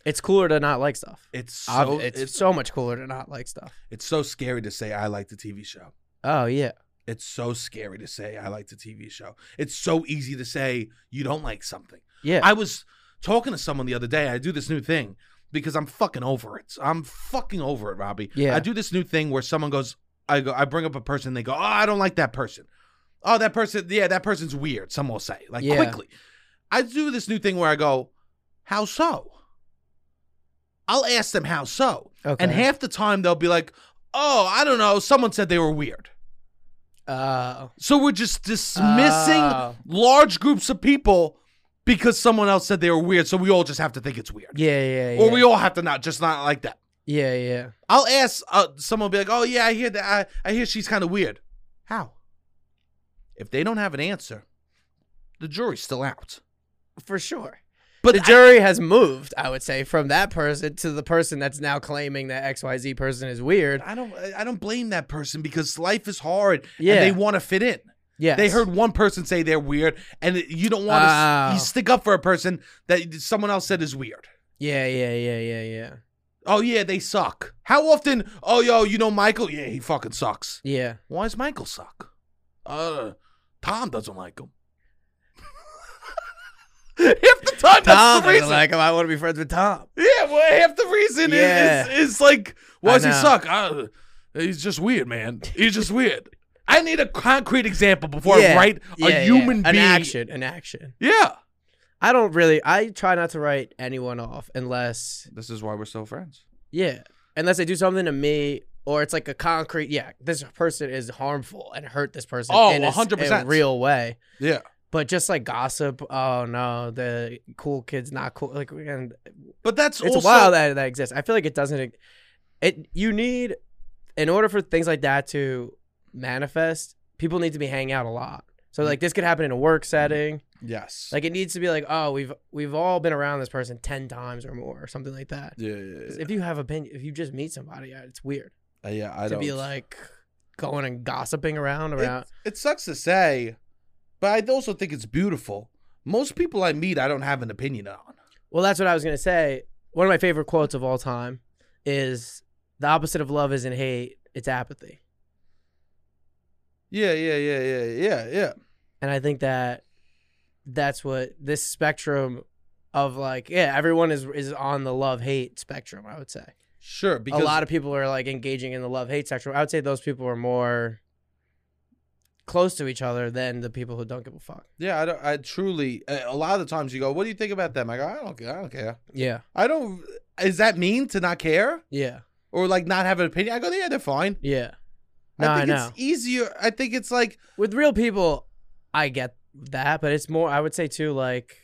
Speaker 2: it's cooler to not like stuff.
Speaker 1: It's
Speaker 2: Ob-
Speaker 1: so
Speaker 2: it's,
Speaker 1: it's,
Speaker 2: so much cooler to not like stuff.
Speaker 1: it's so scary to say I like the TV show.
Speaker 2: Oh yeah.
Speaker 1: It's so scary to say I like the TV show. It's so easy to say you don't like something.
Speaker 2: Yeah.
Speaker 1: I was talking to someone the other day. I do this new thing because I'm fucking over it. I'm fucking over it, Robbie.
Speaker 2: Yeah.
Speaker 1: I do this new thing where someone goes, I go, I bring up a person. They go, oh, I don't like that person. Oh, that person, yeah, that person's weird. Some will say like
Speaker 2: Yeah.
Speaker 1: quickly. I do this new thing where I go, how so? I'll ask them how so,
Speaker 2: okay.
Speaker 1: and half the time they'll be like, oh, I don't know. Someone said they were weird.
Speaker 2: Oh.
Speaker 1: So we're just dismissing
Speaker 2: Oh.
Speaker 1: large groups of people because someone else said they were weird. So we all just have to think it's weird,
Speaker 2: yeah, yeah, yeah.
Speaker 1: or we all have to not just not like that.
Speaker 2: yeah, yeah.
Speaker 1: I'll ask uh, someone, be like, "Oh yeah, I hear that. I, I hear she's kind of weird." How? If they don't have an answer, the jury's still out.
Speaker 2: For sure.
Speaker 1: But
Speaker 2: the
Speaker 1: I-
Speaker 2: jury has moved, I would say, from that person to the person that's now claiming that XYZ person is weird.
Speaker 1: I don't. I don't blame that person because life is hard,
Speaker 2: Yeah.
Speaker 1: and they want to fit in.
Speaker 2: Yeah.
Speaker 1: They heard one person say they're weird, and you don't want to.
Speaker 2: Oh.
Speaker 1: You stick up for a person that someone else said is weird.
Speaker 2: Yeah, yeah, yeah, yeah, yeah.
Speaker 1: Oh yeah, they suck. How often? Oh yo, you know Michael? Yeah, he fucking sucks.
Speaker 2: Yeah.
Speaker 1: Why does Michael suck? Uh, Tom doesn't like him. half the time, that's
Speaker 2: Tom
Speaker 1: the reason.
Speaker 2: doesn't like him. I want to be friends with Tom.
Speaker 1: yeah, well, half the reason is-
Speaker 2: Yeah.
Speaker 1: is, is like, why
Speaker 2: I
Speaker 1: does he
Speaker 2: know.
Speaker 1: suck? Uh, he's just weird, man. He's just weird. I need a concrete example before I write
Speaker 2: yeah, yeah.
Speaker 1: a human
Speaker 2: An
Speaker 1: being.
Speaker 2: action. An action.
Speaker 1: Yeah.
Speaker 2: I don't really I try not to write anyone off unless
Speaker 1: This is why we're still friends.
Speaker 2: yeah. Unless they do something to me or it's like a concrete yeah, this person is harmful and hurt this person
Speaker 1: Oh,
Speaker 2: in a s-
Speaker 1: 100%.
Speaker 2: a real way.
Speaker 1: Yeah.
Speaker 2: But just like gossip, oh no, the cool kid's not cool. Like and
Speaker 1: But that's
Speaker 2: it's
Speaker 1: also
Speaker 2: wild that that exists. I feel like it doesn't. e-, It you need in order for things like that to manifest, people need to be hanging out a lot. So
Speaker 1: Mm-hmm.
Speaker 2: like this could happen in a work setting.
Speaker 1: yes.
Speaker 2: Like it needs to be like oh we've we've all been around this person ten times or more or something like that.
Speaker 1: yeah, yeah,
Speaker 2: 'Cause
Speaker 1: yeah.
Speaker 2: If you have opinion, if you just meet somebody, yeah, it's weird
Speaker 1: Uh, yeah, I
Speaker 2: to
Speaker 1: don't.
Speaker 2: be like going and gossiping around
Speaker 1: It-
Speaker 2: around.
Speaker 1: It, sucks to say, but I also think it's beautiful. Most people I meet, I don't have an opinion on.
Speaker 2: Well, that's what I was gonna say. One of my favorite quotes of all time is the opposite of love isn't hate, it's apathy.
Speaker 1: Yeah, yeah, yeah, yeah, yeah, yeah.
Speaker 2: And I think that that's what this spectrum of like, yeah, everyone is is on the love hate spectrum. I would say
Speaker 1: Sure, because
Speaker 2: a lot of people are like engaging in the love hate spectrum. I would say those people are more close to each other than the people who don't give a fuck.
Speaker 1: yeah, I, don't, I truly uh, a lot of the times you go, "What do you think about them?" I go, "I don't, I don't care.
Speaker 2: Yeah,
Speaker 1: I don't." Is that mean to not care
Speaker 2: yeah,
Speaker 1: or like not have an opinion? I go, "Yeah, they're fine."
Speaker 2: yeah. No,
Speaker 1: I
Speaker 2: I
Speaker 1: think
Speaker 2: know.
Speaker 1: it's easier. I think it's like
Speaker 2: with real people i get that but it's more i would say too like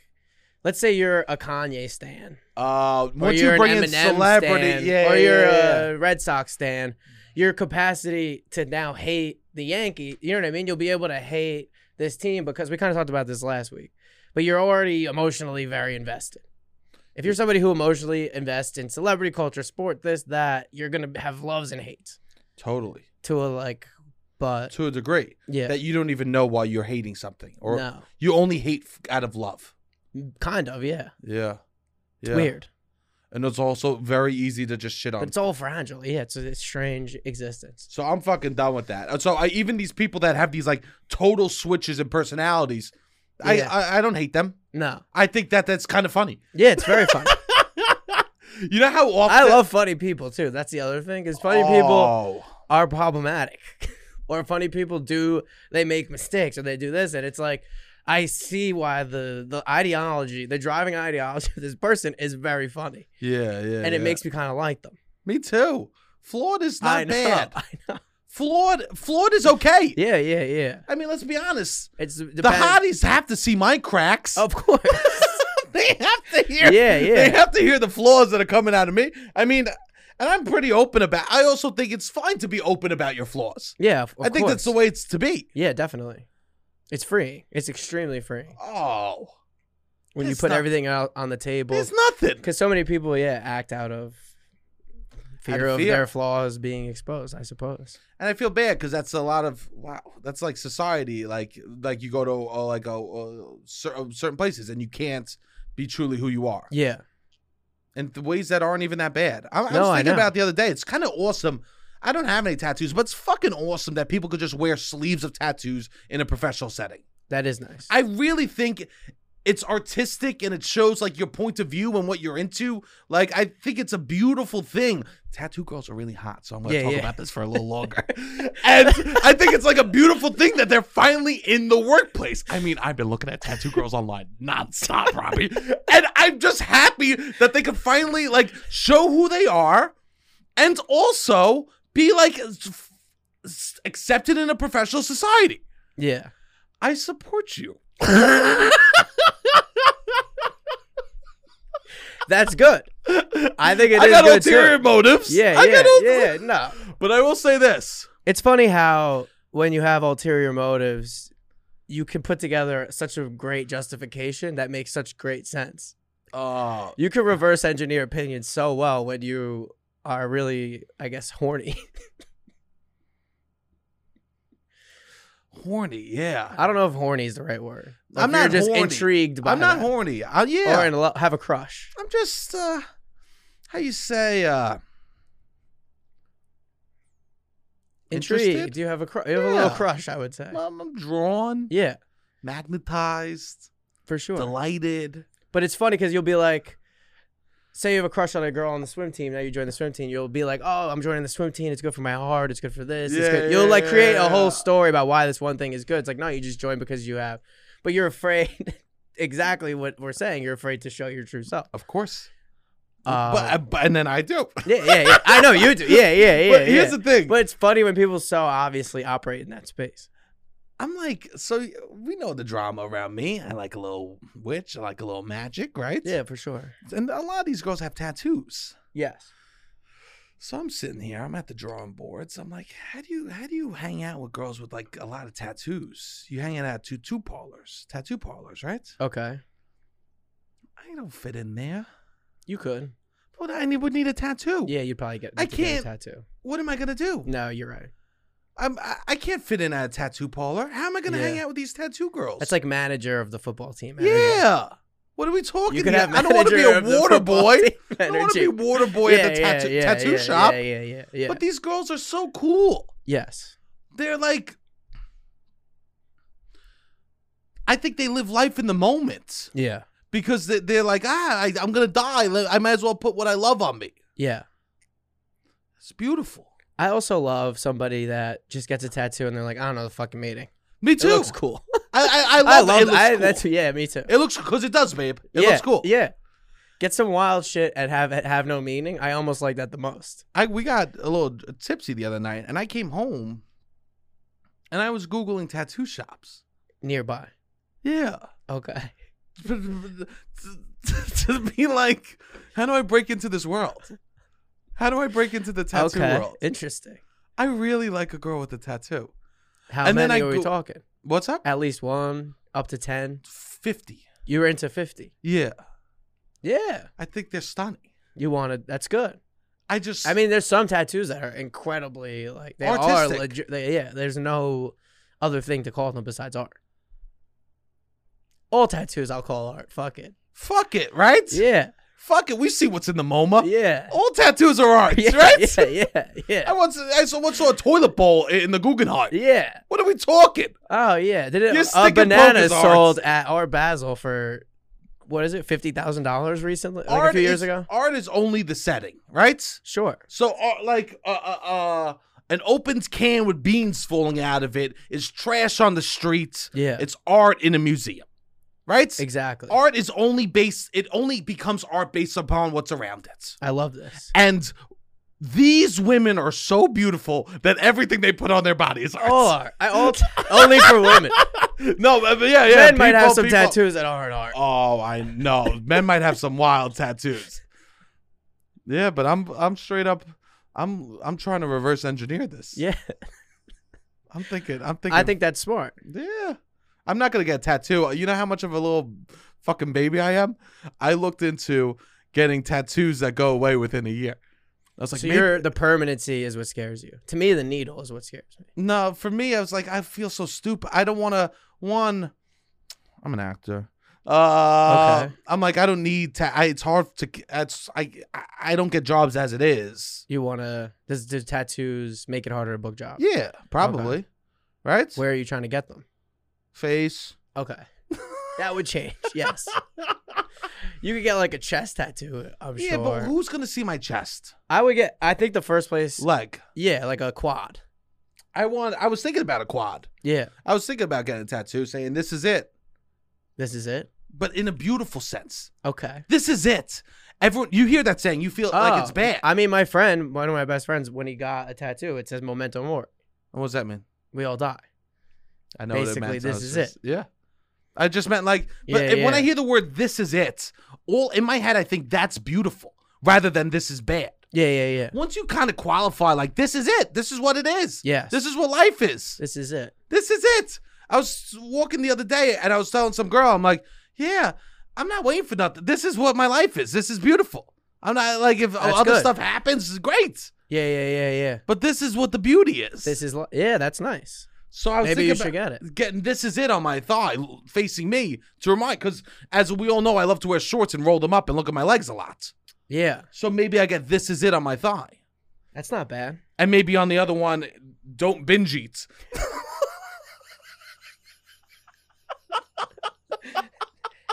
Speaker 2: let's say you're a kanye stan
Speaker 1: uh
Speaker 2: or
Speaker 1: once
Speaker 2: you're
Speaker 1: you bring
Speaker 2: an
Speaker 1: in
Speaker 2: Eminem
Speaker 1: celebrity,
Speaker 2: stan,
Speaker 1: yeah,
Speaker 2: or
Speaker 1: yeah,
Speaker 2: you're
Speaker 1: yeah.
Speaker 2: a red sox stan your capacity to now hate the yankee you know what i mean you'll be able to hate this team because we kind of talked about this last week but you're already emotionally very invested if you're somebody who emotionally invests in celebrity culture sport this that you're gonna have loves and hates
Speaker 1: totally
Speaker 2: to a like but
Speaker 1: to a degree
Speaker 2: yeah
Speaker 1: that you don't even know why you're hating something, or
Speaker 2: no
Speaker 1: you only hate f- out of love.
Speaker 2: kind of yeah
Speaker 1: Yeah, Um,
Speaker 2: it's weird
Speaker 1: and it's also very easy to just shit on.
Speaker 2: But it's all fragile. Yeah, it's a strange existence.
Speaker 1: So I'm fucking done with that. So I, even these people that have these like total switches in personalities, I,
Speaker 2: Yeah.
Speaker 1: I I don't hate them.
Speaker 2: No.
Speaker 1: I think that that's kind of funny.
Speaker 2: Yeah, it's very funny.
Speaker 1: You know how often
Speaker 2: I love funny people too. That's the other thing. Is funny people
Speaker 1: Oh.
Speaker 2: are problematic. or funny people do they make mistakes or they do this and it's like I see why the the ideology, the driving ideology of this person is very funny.
Speaker 1: Yeah, yeah.
Speaker 2: and it
Speaker 1: yeah.
Speaker 2: makes me kind of like them.
Speaker 1: me too. Flawed is not
Speaker 2: I know,
Speaker 1: bad.
Speaker 2: I know.
Speaker 1: Flawed, flawed is okay.
Speaker 2: Yeah, yeah, yeah.
Speaker 1: I mean, let's be honest.
Speaker 2: It's
Speaker 1: The hotties have to see my cracks.
Speaker 2: Of course.
Speaker 1: they have to hear.
Speaker 2: yeah,
Speaker 1: They
Speaker 2: yeah.
Speaker 1: have to hear the flaws that are coming out of me. I mean, and I'm pretty open about. I also think it's fine to be open about your flaws.
Speaker 2: Yeah, of, of
Speaker 1: I think that's the
Speaker 2: course.
Speaker 1: way it's to be.
Speaker 2: Yeah, definitely. It's free. It's extremely free
Speaker 1: Oh,
Speaker 2: when you
Speaker 1: It's
Speaker 2: put
Speaker 1: not-
Speaker 2: everything out on the table.
Speaker 1: there's nothing.
Speaker 2: Because so many people, yeah, act out of fear
Speaker 1: of
Speaker 2: of
Speaker 1: fear.
Speaker 2: their flaws being exposed. I suppose.
Speaker 1: And I feel bad because that's a lot of wow. That's like society. Like like you go to uh, like a, uh cer- uh, certain places and you can't be truly who you are.
Speaker 2: Yeah,
Speaker 1: and th- ways that aren't even that bad. I, I was
Speaker 2: No, I
Speaker 1: thinking
Speaker 2: know.
Speaker 1: about it the other day. It's kind of awesome. I don't have any tattoos, but it's fucking awesome that people could just wear sleeves of tattoos in a professional setting.
Speaker 2: that is nice.
Speaker 1: I really think it's artistic and it shows like your point of view and what you're into. Like I think it's a beautiful thing. Tattoo girls are really hot, so I'm gonna
Speaker 2: Yeah,
Speaker 1: talk
Speaker 2: yeah.
Speaker 1: about this for a little longer. and I think it's like a beautiful thing that they're finally in the workplace. I mean, I've been looking at tattoo girls online nonstop, Robbie, and I'm just happy that they can finally like show who they are, and also be like s- s- accepted in a professional society.
Speaker 2: yeah,
Speaker 1: I support you.
Speaker 2: that's good. I think it
Speaker 1: I
Speaker 2: is
Speaker 1: got
Speaker 2: good
Speaker 1: ulterior
Speaker 2: too.
Speaker 1: motives.
Speaker 2: Yeah,
Speaker 1: I
Speaker 2: yeah,
Speaker 1: got ulterior-
Speaker 2: yeah. No,
Speaker 1: But I will say this.
Speaker 2: it's funny how when you have ulterior motives, you can put together such a great justification that makes such great sense.
Speaker 1: Uh,
Speaker 2: You can reverse engineer opinions so well when you are really, I guess, horny.
Speaker 1: horny, yeah.
Speaker 2: I don't know if horny is the right word.
Speaker 1: I'm
Speaker 2: If you're
Speaker 1: not
Speaker 2: just
Speaker 1: horny.
Speaker 2: intrigued by
Speaker 1: I'm not
Speaker 2: that.
Speaker 1: horny. Uh, yeah.
Speaker 2: or in love, have a crush.
Speaker 1: I'm just, uh, how you say, uh,
Speaker 2: Intrigued.
Speaker 1: Interested?
Speaker 2: Do you have a crush? You have a little
Speaker 1: Yeah.
Speaker 2: crush, I would say.
Speaker 1: I'm, I'm drawn,
Speaker 2: yeah,
Speaker 1: magnetized,
Speaker 2: for sure.
Speaker 1: delighted.
Speaker 2: but it's funny because you'll be like, say you have a crush on a girl on the swim team. Now you join the swim team. You'll be like, oh, I'm joining the swim team. It's good for my heart. It's good for this. it's
Speaker 1: Yeah,
Speaker 2: good. You'll like
Speaker 1: yeah,
Speaker 2: create
Speaker 1: yeah,
Speaker 2: a whole
Speaker 1: yeah.
Speaker 2: story about why this one thing is good. It's like, no, you just join because you have, but you're afraid. exactly what we're saying. You're afraid to show your true self.
Speaker 1: Of course.
Speaker 2: Uh,
Speaker 1: but, but, and then I do.
Speaker 2: yeah, yeah, yeah. I know you do. Yeah, yeah, yeah.
Speaker 1: but here's
Speaker 2: yeah.
Speaker 1: the thing.
Speaker 2: but it's funny when people so obviously operate in that space.
Speaker 1: I'm like, so we know the drama around me. I like a little witch. I like a little magic, right?
Speaker 2: Yeah, for sure.
Speaker 1: And a lot of these girls have tattoos.
Speaker 2: Yes.
Speaker 1: So I'm sitting here. I'm at the drawing boards. I'm like, how do you how do you hang out with girls with like a lot of tattoos? You hanging out at tattoo parlors, tattoo parlors, right?
Speaker 2: Okay.
Speaker 1: I don't fit in there.
Speaker 2: You could.
Speaker 1: But I need, would need a tattoo.
Speaker 2: Yeah, you'd probably get.
Speaker 1: I
Speaker 2: you could get a
Speaker 1: can't-
Speaker 2: tattoo.
Speaker 1: What am I gonna do?
Speaker 2: No, you're right.
Speaker 1: I'm, I I can't fit in at a tattoo parlor. How am I gonna hang
Speaker 2: Yeah.
Speaker 1: out with these tattoo girls?
Speaker 2: That's like manager of the football team. energy.
Speaker 1: yeah. What are we talking?
Speaker 2: You could
Speaker 1: here?
Speaker 2: have.
Speaker 1: I don't want to be
Speaker 2: manager
Speaker 1: a
Speaker 2: of the
Speaker 1: water
Speaker 2: football
Speaker 1: boy.
Speaker 2: team
Speaker 1: I don't want to
Speaker 2: energy.
Speaker 1: be water boy at the
Speaker 2: Yeah,
Speaker 1: tattoo,
Speaker 2: yeah,
Speaker 1: tattoo
Speaker 2: yeah,
Speaker 1: shop.
Speaker 2: Yeah, yeah, yeah. yeah.
Speaker 1: But these girls are so cool.
Speaker 2: yes.
Speaker 1: they're like i think they live life in the moment
Speaker 2: Yeah.
Speaker 1: because they- they're like ah I, i'm gonna die Let- i might as well put what i love on me
Speaker 2: Yeah.
Speaker 1: it's beautiful
Speaker 2: I also love somebody that just gets a tattoo and they're like, I don't know the fucking meeting.
Speaker 1: me
Speaker 2: It
Speaker 1: too
Speaker 2: looks cool.
Speaker 1: I, I, I love,
Speaker 2: I
Speaker 1: it.
Speaker 2: love
Speaker 1: it looks
Speaker 2: I,
Speaker 1: cool.
Speaker 2: that's yeah, me too.
Speaker 1: it looks because it does babe it
Speaker 2: yeah,
Speaker 1: looks cool
Speaker 2: Yeah. Get some wild shit and have have no meaning. I almost like that the most.
Speaker 1: I, we got a little tipsy the other night and i came home and I was googling tattoo shops.
Speaker 2: nearby.
Speaker 1: Yeah.
Speaker 2: Okay.
Speaker 1: to, to be like, how do I break into this world? How do I break into the tattoo
Speaker 2: okay.
Speaker 1: world?
Speaker 2: Interesting.
Speaker 1: I really like a girl with a tattoo.
Speaker 2: How
Speaker 1: And
Speaker 2: many
Speaker 1: then I
Speaker 2: are we
Speaker 1: go-
Speaker 2: talking?
Speaker 1: What's up?
Speaker 2: At least one, up to ten.
Speaker 1: 50.
Speaker 2: You were into fifty.
Speaker 1: Yeah.
Speaker 2: Yeah.
Speaker 1: I think they're stunning.
Speaker 2: You wanted. That's good.
Speaker 1: I just
Speaker 2: I mean, there's some tattoos that are incredibly like they
Speaker 1: Artistic.
Speaker 2: are legit. They, yeah, there's no other thing to call them besides art. All tattoos I'll call art. Fuck it.
Speaker 1: fuck it, right?
Speaker 2: Yeah,
Speaker 1: Fuck it. We see what's in the MoMA.
Speaker 2: yeah.
Speaker 1: All tattoos are arts,
Speaker 2: yeah,
Speaker 1: right?
Speaker 2: Yeah, yeah,
Speaker 1: I
Speaker 2: yeah.
Speaker 1: once I saw, once saw a toilet bowl in the Guggenheim.
Speaker 2: yeah.
Speaker 1: What are we talking?
Speaker 2: Oh yeah. Did
Speaker 1: You're
Speaker 2: it, a
Speaker 1: sticking
Speaker 2: banana
Speaker 1: poker's
Speaker 2: sold at Art Basel for what is it, fifty thousand dollars recently? Like a few years
Speaker 1: is,
Speaker 2: ago.
Speaker 1: Art is only the setting, right?
Speaker 2: Sure.
Speaker 1: So, uh, like, uh, uh, uh, an opened can with beans falling out of it is trash on the street.
Speaker 2: Yeah.
Speaker 1: It's art in a museum, right?
Speaker 2: exactly.
Speaker 1: Art is only based, it only becomes art based upon what's around it.
Speaker 2: I love this.
Speaker 1: And these women are so beautiful that everything they put on their body is art.
Speaker 2: All art. I all only for women.
Speaker 1: no, but but yeah, yeah.
Speaker 2: Men might have
Speaker 1: people-
Speaker 2: some
Speaker 1: people-
Speaker 2: tattoos that aren't art.
Speaker 1: Oh, I know. Men might have some wild tattoos. Yeah, but I'm I'm straight up. I'm I'm trying to reverse engineer this.
Speaker 2: Yeah.
Speaker 1: I'm thinking. I'm thinking.
Speaker 2: I think that's smart.
Speaker 1: Yeah. I'm not gonna get a tattoo. You know how much of a little fucking baby I am. I looked into getting tattoos that go away within a year. I was like,
Speaker 2: so
Speaker 1: maybe-
Speaker 2: your the permanency is what scares you. To me, the needle is what scares me.
Speaker 1: No, for me, I was like, I feel so stupid. I don't want to. One, I'm an actor. Uh,
Speaker 2: Okay.
Speaker 1: I'm like, I don't need. Ta- I, it's hard to. That's I. I- I don't get jobs as it is.
Speaker 2: You want to does do tattoos make it harder to book jobs?
Speaker 1: Yeah, probably. Right.
Speaker 2: Where are you trying to get them?
Speaker 1: Face.
Speaker 2: Okay. That would change. Yes. you could get like a chest tattoo, I'm
Speaker 1: Yeah,
Speaker 2: sure.
Speaker 1: but who's gonna see my chest?
Speaker 2: I would get I think the first place
Speaker 1: Leg.
Speaker 2: yeah, like a quad.
Speaker 1: I want. I was thinking about a quad.
Speaker 2: Yeah.
Speaker 1: I was thinking about getting a tattoo, saying this is it,
Speaker 2: This is it.
Speaker 1: but in a beautiful sense.
Speaker 2: Okay.
Speaker 1: This is it. Everyone, you hear that saying, you feel like it's
Speaker 2: Oh,
Speaker 1: bad.
Speaker 2: I mean, my friend, one of my best friends, when he got a tattoo, it says "Memento Mori."
Speaker 1: what does that mean?
Speaker 2: We all die.
Speaker 1: I know what it
Speaker 2: Basically,
Speaker 1: meant. I
Speaker 2: this
Speaker 1: was
Speaker 2: is
Speaker 1: just- Yeah. I just meant like, but
Speaker 2: Yeah,
Speaker 1: if- when I
Speaker 2: yeah.
Speaker 1: hear the word "this is it," all in my head, I think that's beautiful rather than "this is bad."
Speaker 2: Yeah, yeah, yeah.
Speaker 1: Once you kind of qualify, like, "this is it," this is what it is.
Speaker 2: Yes.
Speaker 1: This is what life is.
Speaker 2: This is it.
Speaker 1: This is it. I was walking the other day and I was telling some girl, I'm like, "Yeah, I'm not waiting for nothing. This is what my life is. This is beautiful. I'm not like if
Speaker 2: That's
Speaker 1: other
Speaker 2: good.
Speaker 1: stuff happens, it's great,
Speaker 2: Yeah, yeah, yeah, yeah.
Speaker 1: but this is what the beauty is."
Speaker 2: This is li- yeah, that's nice.
Speaker 1: so I was thinking
Speaker 2: Maybe you
Speaker 1: about-
Speaker 2: should get it.
Speaker 1: getting this is it on my thigh facing me to remind because as we all know i love to wear shorts and roll them up and look at my legs a lot
Speaker 2: Yeah,
Speaker 1: so maybe i get this is it on my thigh
Speaker 2: that's not bad.
Speaker 1: and maybe on the other one don't binge eat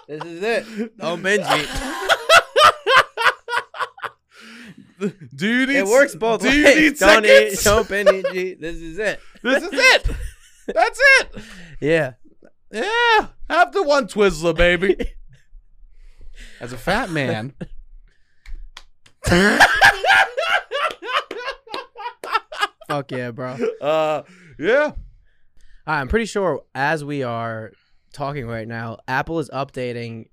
Speaker 2: This is it. Don't binge eat.
Speaker 1: do you need
Speaker 2: It works both
Speaker 1: do
Speaker 2: ways.
Speaker 1: you need
Speaker 2: don't eat.
Speaker 1: seconds?
Speaker 2: Don't binge eat. This is it.
Speaker 1: this is it that's it
Speaker 2: Yeah.
Speaker 1: yeah have the one twizzler baby as a fat man
Speaker 2: Fuck yeah, bro. All
Speaker 1: uh yeah
Speaker 2: right, I'm pretty sure as we are talking right now, Apple is updating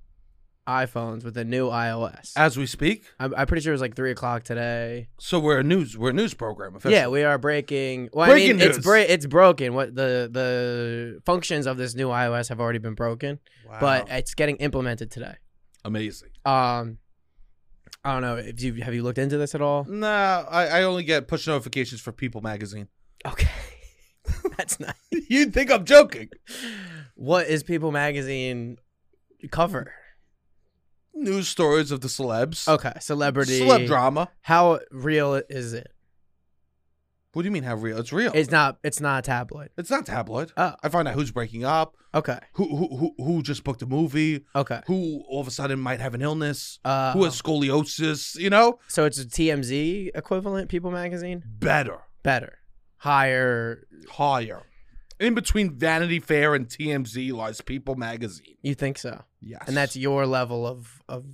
Speaker 2: iPhones with a new iOS.
Speaker 1: as we speak
Speaker 2: I'm, I'm pretty sure it was like three o'clock today.
Speaker 1: so we're a news we're a news program
Speaker 2: Yeah, we are breaking. Well, I
Speaker 1: Breaking
Speaker 2: mean, it's
Speaker 1: news.
Speaker 2: bra- it's broken. What the the functions of this new iOS have already been broken,
Speaker 1: Wow.
Speaker 2: but it's getting implemented today.
Speaker 1: amazing
Speaker 2: Um, I don't know if you have you looked into this at all.
Speaker 1: Nah, I, I only get push notifications for People magazine.
Speaker 2: Okay, that's not
Speaker 1: You'd think I'm joking.
Speaker 2: what is People Magazine cover.
Speaker 1: News stories of the celebs.
Speaker 2: Okay, celebrity.
Speaker 1: Celeb drama.
Speaker 2: How real is it?
Speaker 1: What do you mean how real? It's real. It's,
Speaker 2: It's not. It's not a tabloid.
Speaker 1: not tabloid.
Speaker 2: Oh,
Speaker 1: I find out who's breaking up,
Speaker 2: okay,
Speaker 1: who who who, who just booked a movie,
Speaker 2: okay.
Speaker 1: who all of a sudden might have an illness,
Speaker 2: Uh,
Speaker 1: who has scoliosis, you know?
Speaker 2: so it's a TMZ equivalent. People Magazine
Speaker 1: Better.
Speaker 2: better, higher
Speaker 1: Higher. In between Vanity Fair and TMZ lies People magazine.
Speaker 2: You think so?
Speaker 1: Yes.
Speaker 2: And that's your level of of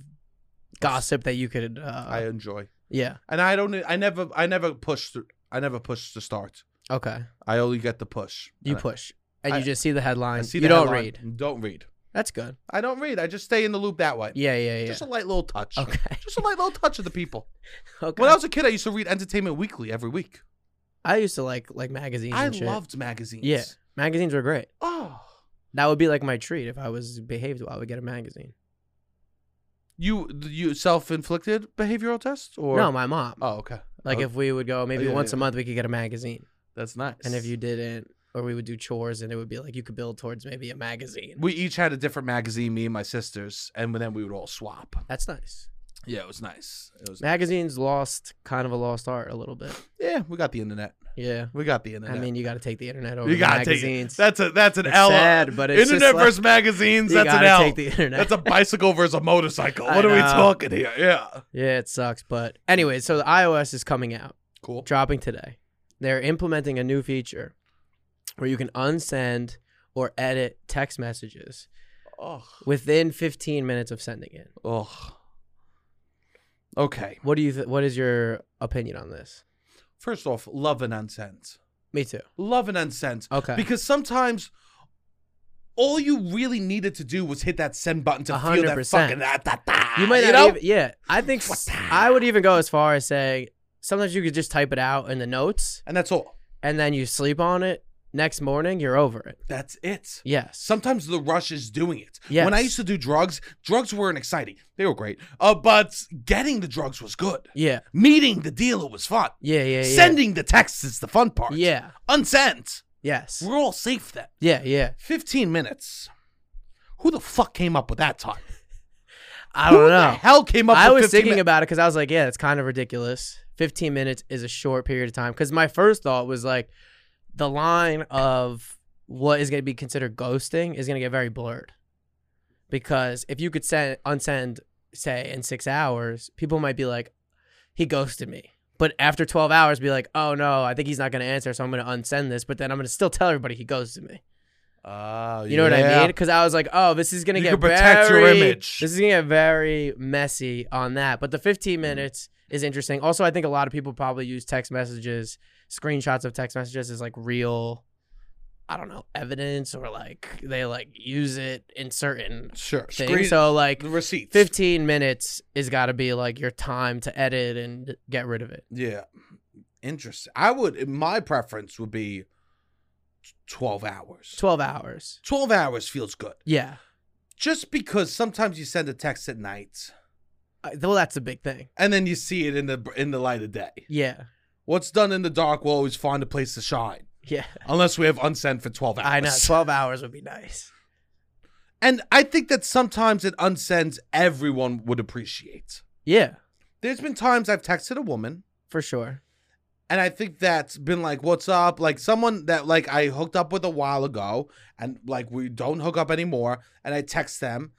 Speaker 2: gossip that you could. Uh,
Speaker 1: I enjoy.
Speaker 2: yeah.
Speaker 1: And I don't I never I never push through I never push to start.
Speaker 2: Okay.
Speaker 1: I only get the push.
Speaker 2: You
Speaker 1: And I-
Speaker 2: push. And
Speaker 1: I-
Speaker 2: you just see the
Speaker 1: I
Speaker 2: headline.
Speaker 1: see
Speaker 2: you
Speaker 1: the
Speaker 2: don't
Speaker 1: headline
Speaker 2: read.
Speaker 1: and Don't read.
Speaker 2: That's good.
Speaker 1: I don't read. I just stay in the loop that way.
Speaker 2: Yeah, yeah, yeah.
Speaker 1: Just a light little touch.
Speaker 2: okay.
Speaker 1: Just a light little touch of the people.
Speaker 2: okay.
Speaker 1: When I was a kid, I used to read Entertainment Weekly every week.
Speaker 2: I used to like like magazines.
Speaker 1: I
Speaker 2: and shit.
Speaker 1: loved magazines.
Speaker 2: Yeah, magazines were great.
Speaker 1: Oh,
Speaker 2: That would be like my treat if I was behaved well. I would get a magazine.
Speaker 1: you you self inflicted behavioral test or
Speaker 2: no, my mom.
Speaker 1: Oh, okay.
Speaker 2: like
Speaker 1: oh.
Speaker 2: if we would go maybe
Speaker 1: yeah,
Speaker 2: once a
Speaker 1: yeah.
Speaker 2: month, we could get a magazine.
Speaker 1: That's nice.
Speaker 2: And if you didn't, or we would do chores, and it would be like you could build towards maybe a magazine.
Speaker 1: we each had a different magazine, me and my sisters, and then we would all swap.
Speaker 2: That's nice.
Speaker 1: Yeah, it was nice. It was.
Speaker 2: Magazines lost kind of a lost art a little bit.
Speaker 1: Yeah, we got the internet.
Speaker 2: Yeah.
Speaker 1: We got the internet.
Speaker 2: I mean, you got to take the internet over
Speaker 1: you
Speaker 2: the
Speaker 1: gotta take it.
Speaker 2: magazines.
Speaker 1: That's a that's an
Speaker 2: It's
Speaker 1: L.
Speaker 2: sad, but it's just
Speaker 1: internet
Speaker 2: like-
Speaker 1: versus magazines.
Speaker 2: you
Speaker 1: That's an
Speaker 2: gotta
Speaker 1: L.
Speaker 2: take the internet.
Speaker 1: That's a bicycle versus a motorcycle.
Speaker 2: I
Speaker 1: What are we
Speaker 2: know.
Speaker 1: talking here? Yeah.
Speaker 2: yeah, it sucks. But anyway, so the iOS is coming out.
Speaker 1: Cool.
Speaker 2: dropping today. They're implementing a new feature where you can unsend or edit text messages
Speaker 1: Oh.
Speaker 2: within 15 minutes of sending it.
Speaker 1: Oh. Okay.
Speaker 2: What do you th- what is your opinion on this?
Speaker 1: First off, love and unsent.
Speaker 2: Me too.
Speaker 1: Love and unsent.
Speaker 2: Okay.
Speaker 1: Because sometimes all you really needed to do was hit that send button to feel that
Speaker 2: 100%.
Speaker 1: fucking da, da, da,
Speaker 2: you might not
Speaker 1: know?
Speaker 2: even, yeah, I think s-
Speaker 1: What the-
Speaker 2: I would even go as far as saying sometimes you could just type it out in the notes
Speaker 1: And that's all.
Speaker 2: and then you sleep on it. Next morning, you're over it.
Speaker 1: That's it.
Speaker 2: Yes.
Speaker 1: Sometimes the rush is doing it.
Speaker 2: Yes.
Speaker 1: When I used to do drugs, drugs weren't exciting. They were great. Uh, but getting the drugs was good.
Speaker 2: Yeah.
Speaker 1: Meeting the dealer was fun.
Speaker 2: Yeah, yeah, yeah.
Speaker 1: Sending the texts is the fun part.
Speaker 2: Yeah.
Speaker 1: Unsent.
Speaker 2: Yes.
Speaker 1: We're all safe then.
Speaker 2: Yeah, yeah.
Speaker 1: 15 minutes. Who the fuck came up with that time?
Speaker 2: I don't
Speaker 1: Who
Speaker 2: know.
Speaker 1: the hell came up
Speaker 2: I
Speaker 1: with
Speaker 2: was
Speaker 1: 15
Speaker 2: thinking
Speaker 1: minutes?
Speaker 2: about it because I was like, yeah, it's kind of ridiculous. 15 minutes is a short period of time. Because my first thought was like, the line of what is going to be considered ghosting is going to get very blurred. Because if you could send, unsend, say, in six hours, people might be like, he ghosted me. But after 12 hours, be like, oh no, I think he's not going to answer. So I'm going to unsend this. But then I'm going to still tell everybody he ghosted me.
Speaker 1: Oh,
Speaker 2: You know what I mean? Because I was like, oh, this is gonna
Speaker 1: You
Speaker 2: get
Speaker 1: can protect your
Speaker 2: very,
Speaker 1: image.
Speaker 2: This is gonna get very messy on that. But the 15
Speaker 1: Mm.
Speaker 2: minutes is interesting. Also, I think a lot of people probably use text messages, screenshots of text messages, as like real, I don't know, evidence or like they like use it in certain
Speaker 1: Sure.
Speaker 2: things.
Speaker 1: Screen-
Speaker 2: So like
Speaker 1: the receipts.
Speaker 2: 15 minutes is gotta be like your time to edit and get rid of it.
Speaker 1: Yeah. Interesting. I would, my preference would be 12 hours.
Speaker 2: 12 hours.
Speaker 1: 12 hours feels good.
Speaker 2: Yeah.
Speaker 1: Just because sometimes you send a text at night
Speaker 2: Uh, Well, that's a big thing.
Speaker 1: and then you see it in the in the light of day.
Speaker 2: Yeah.
Speaker 1: What's done in the dark will always find a place to shine.
Speaker 2: Yeah.
Speaker 1: Unless we have unsent for 12 hours.
Speaker 2: I know. 12 hours would be nice.
Speaker 1: And I think that sometimes it unsends everyone would appreciate.
Speaker 2: Yeah.
Speaker 1: There's been times I've texted a woman
Speaker 2: For sure.
Speaker 1: and I think that's been like, what's up? Like someone that like I hooked up with a while ago and like we don't hook up anymore and I text them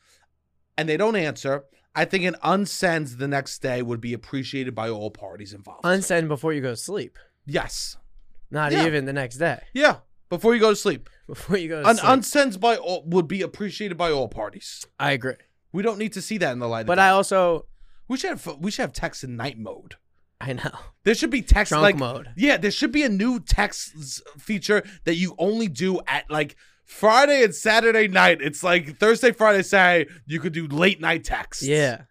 Speaker 1: and they don't answer. I think an unsends the next day would be appreciated by all parties involved.
Speaker 2: Unsend before you go to sleep.
Speaker 1: yes.
Speaker 2: Not
Speaker 1: Yeah.
Speaker 2: even the next day.
Speaker 1: Yeah. Before you go to sleep.
Speaker 2: Before you go to
Speaker 1: An
Speaker 2: sleep.
Speaker 1: unsends by all would be appreciated by all parties.
Speaker 2: I agree.
Speaker 1: We don't need to see that in the light of
Speaker 2: But
Speaker 1: day.
Speaker 2: I also
Speaker 1: we should have we should have text in night mode.
Speaker 2: I know.
Speaker 1: There should be text
Speaker 2: Trunk
Speaker 1: like
Speaker 2: mode.
Speaker 1: Yeah, there should be a new text s- feature that you only do at like Friday and Saturday night. It's like Thursday, Friday, Saturday. You could do late night texts.
Speaker 2: Yeah.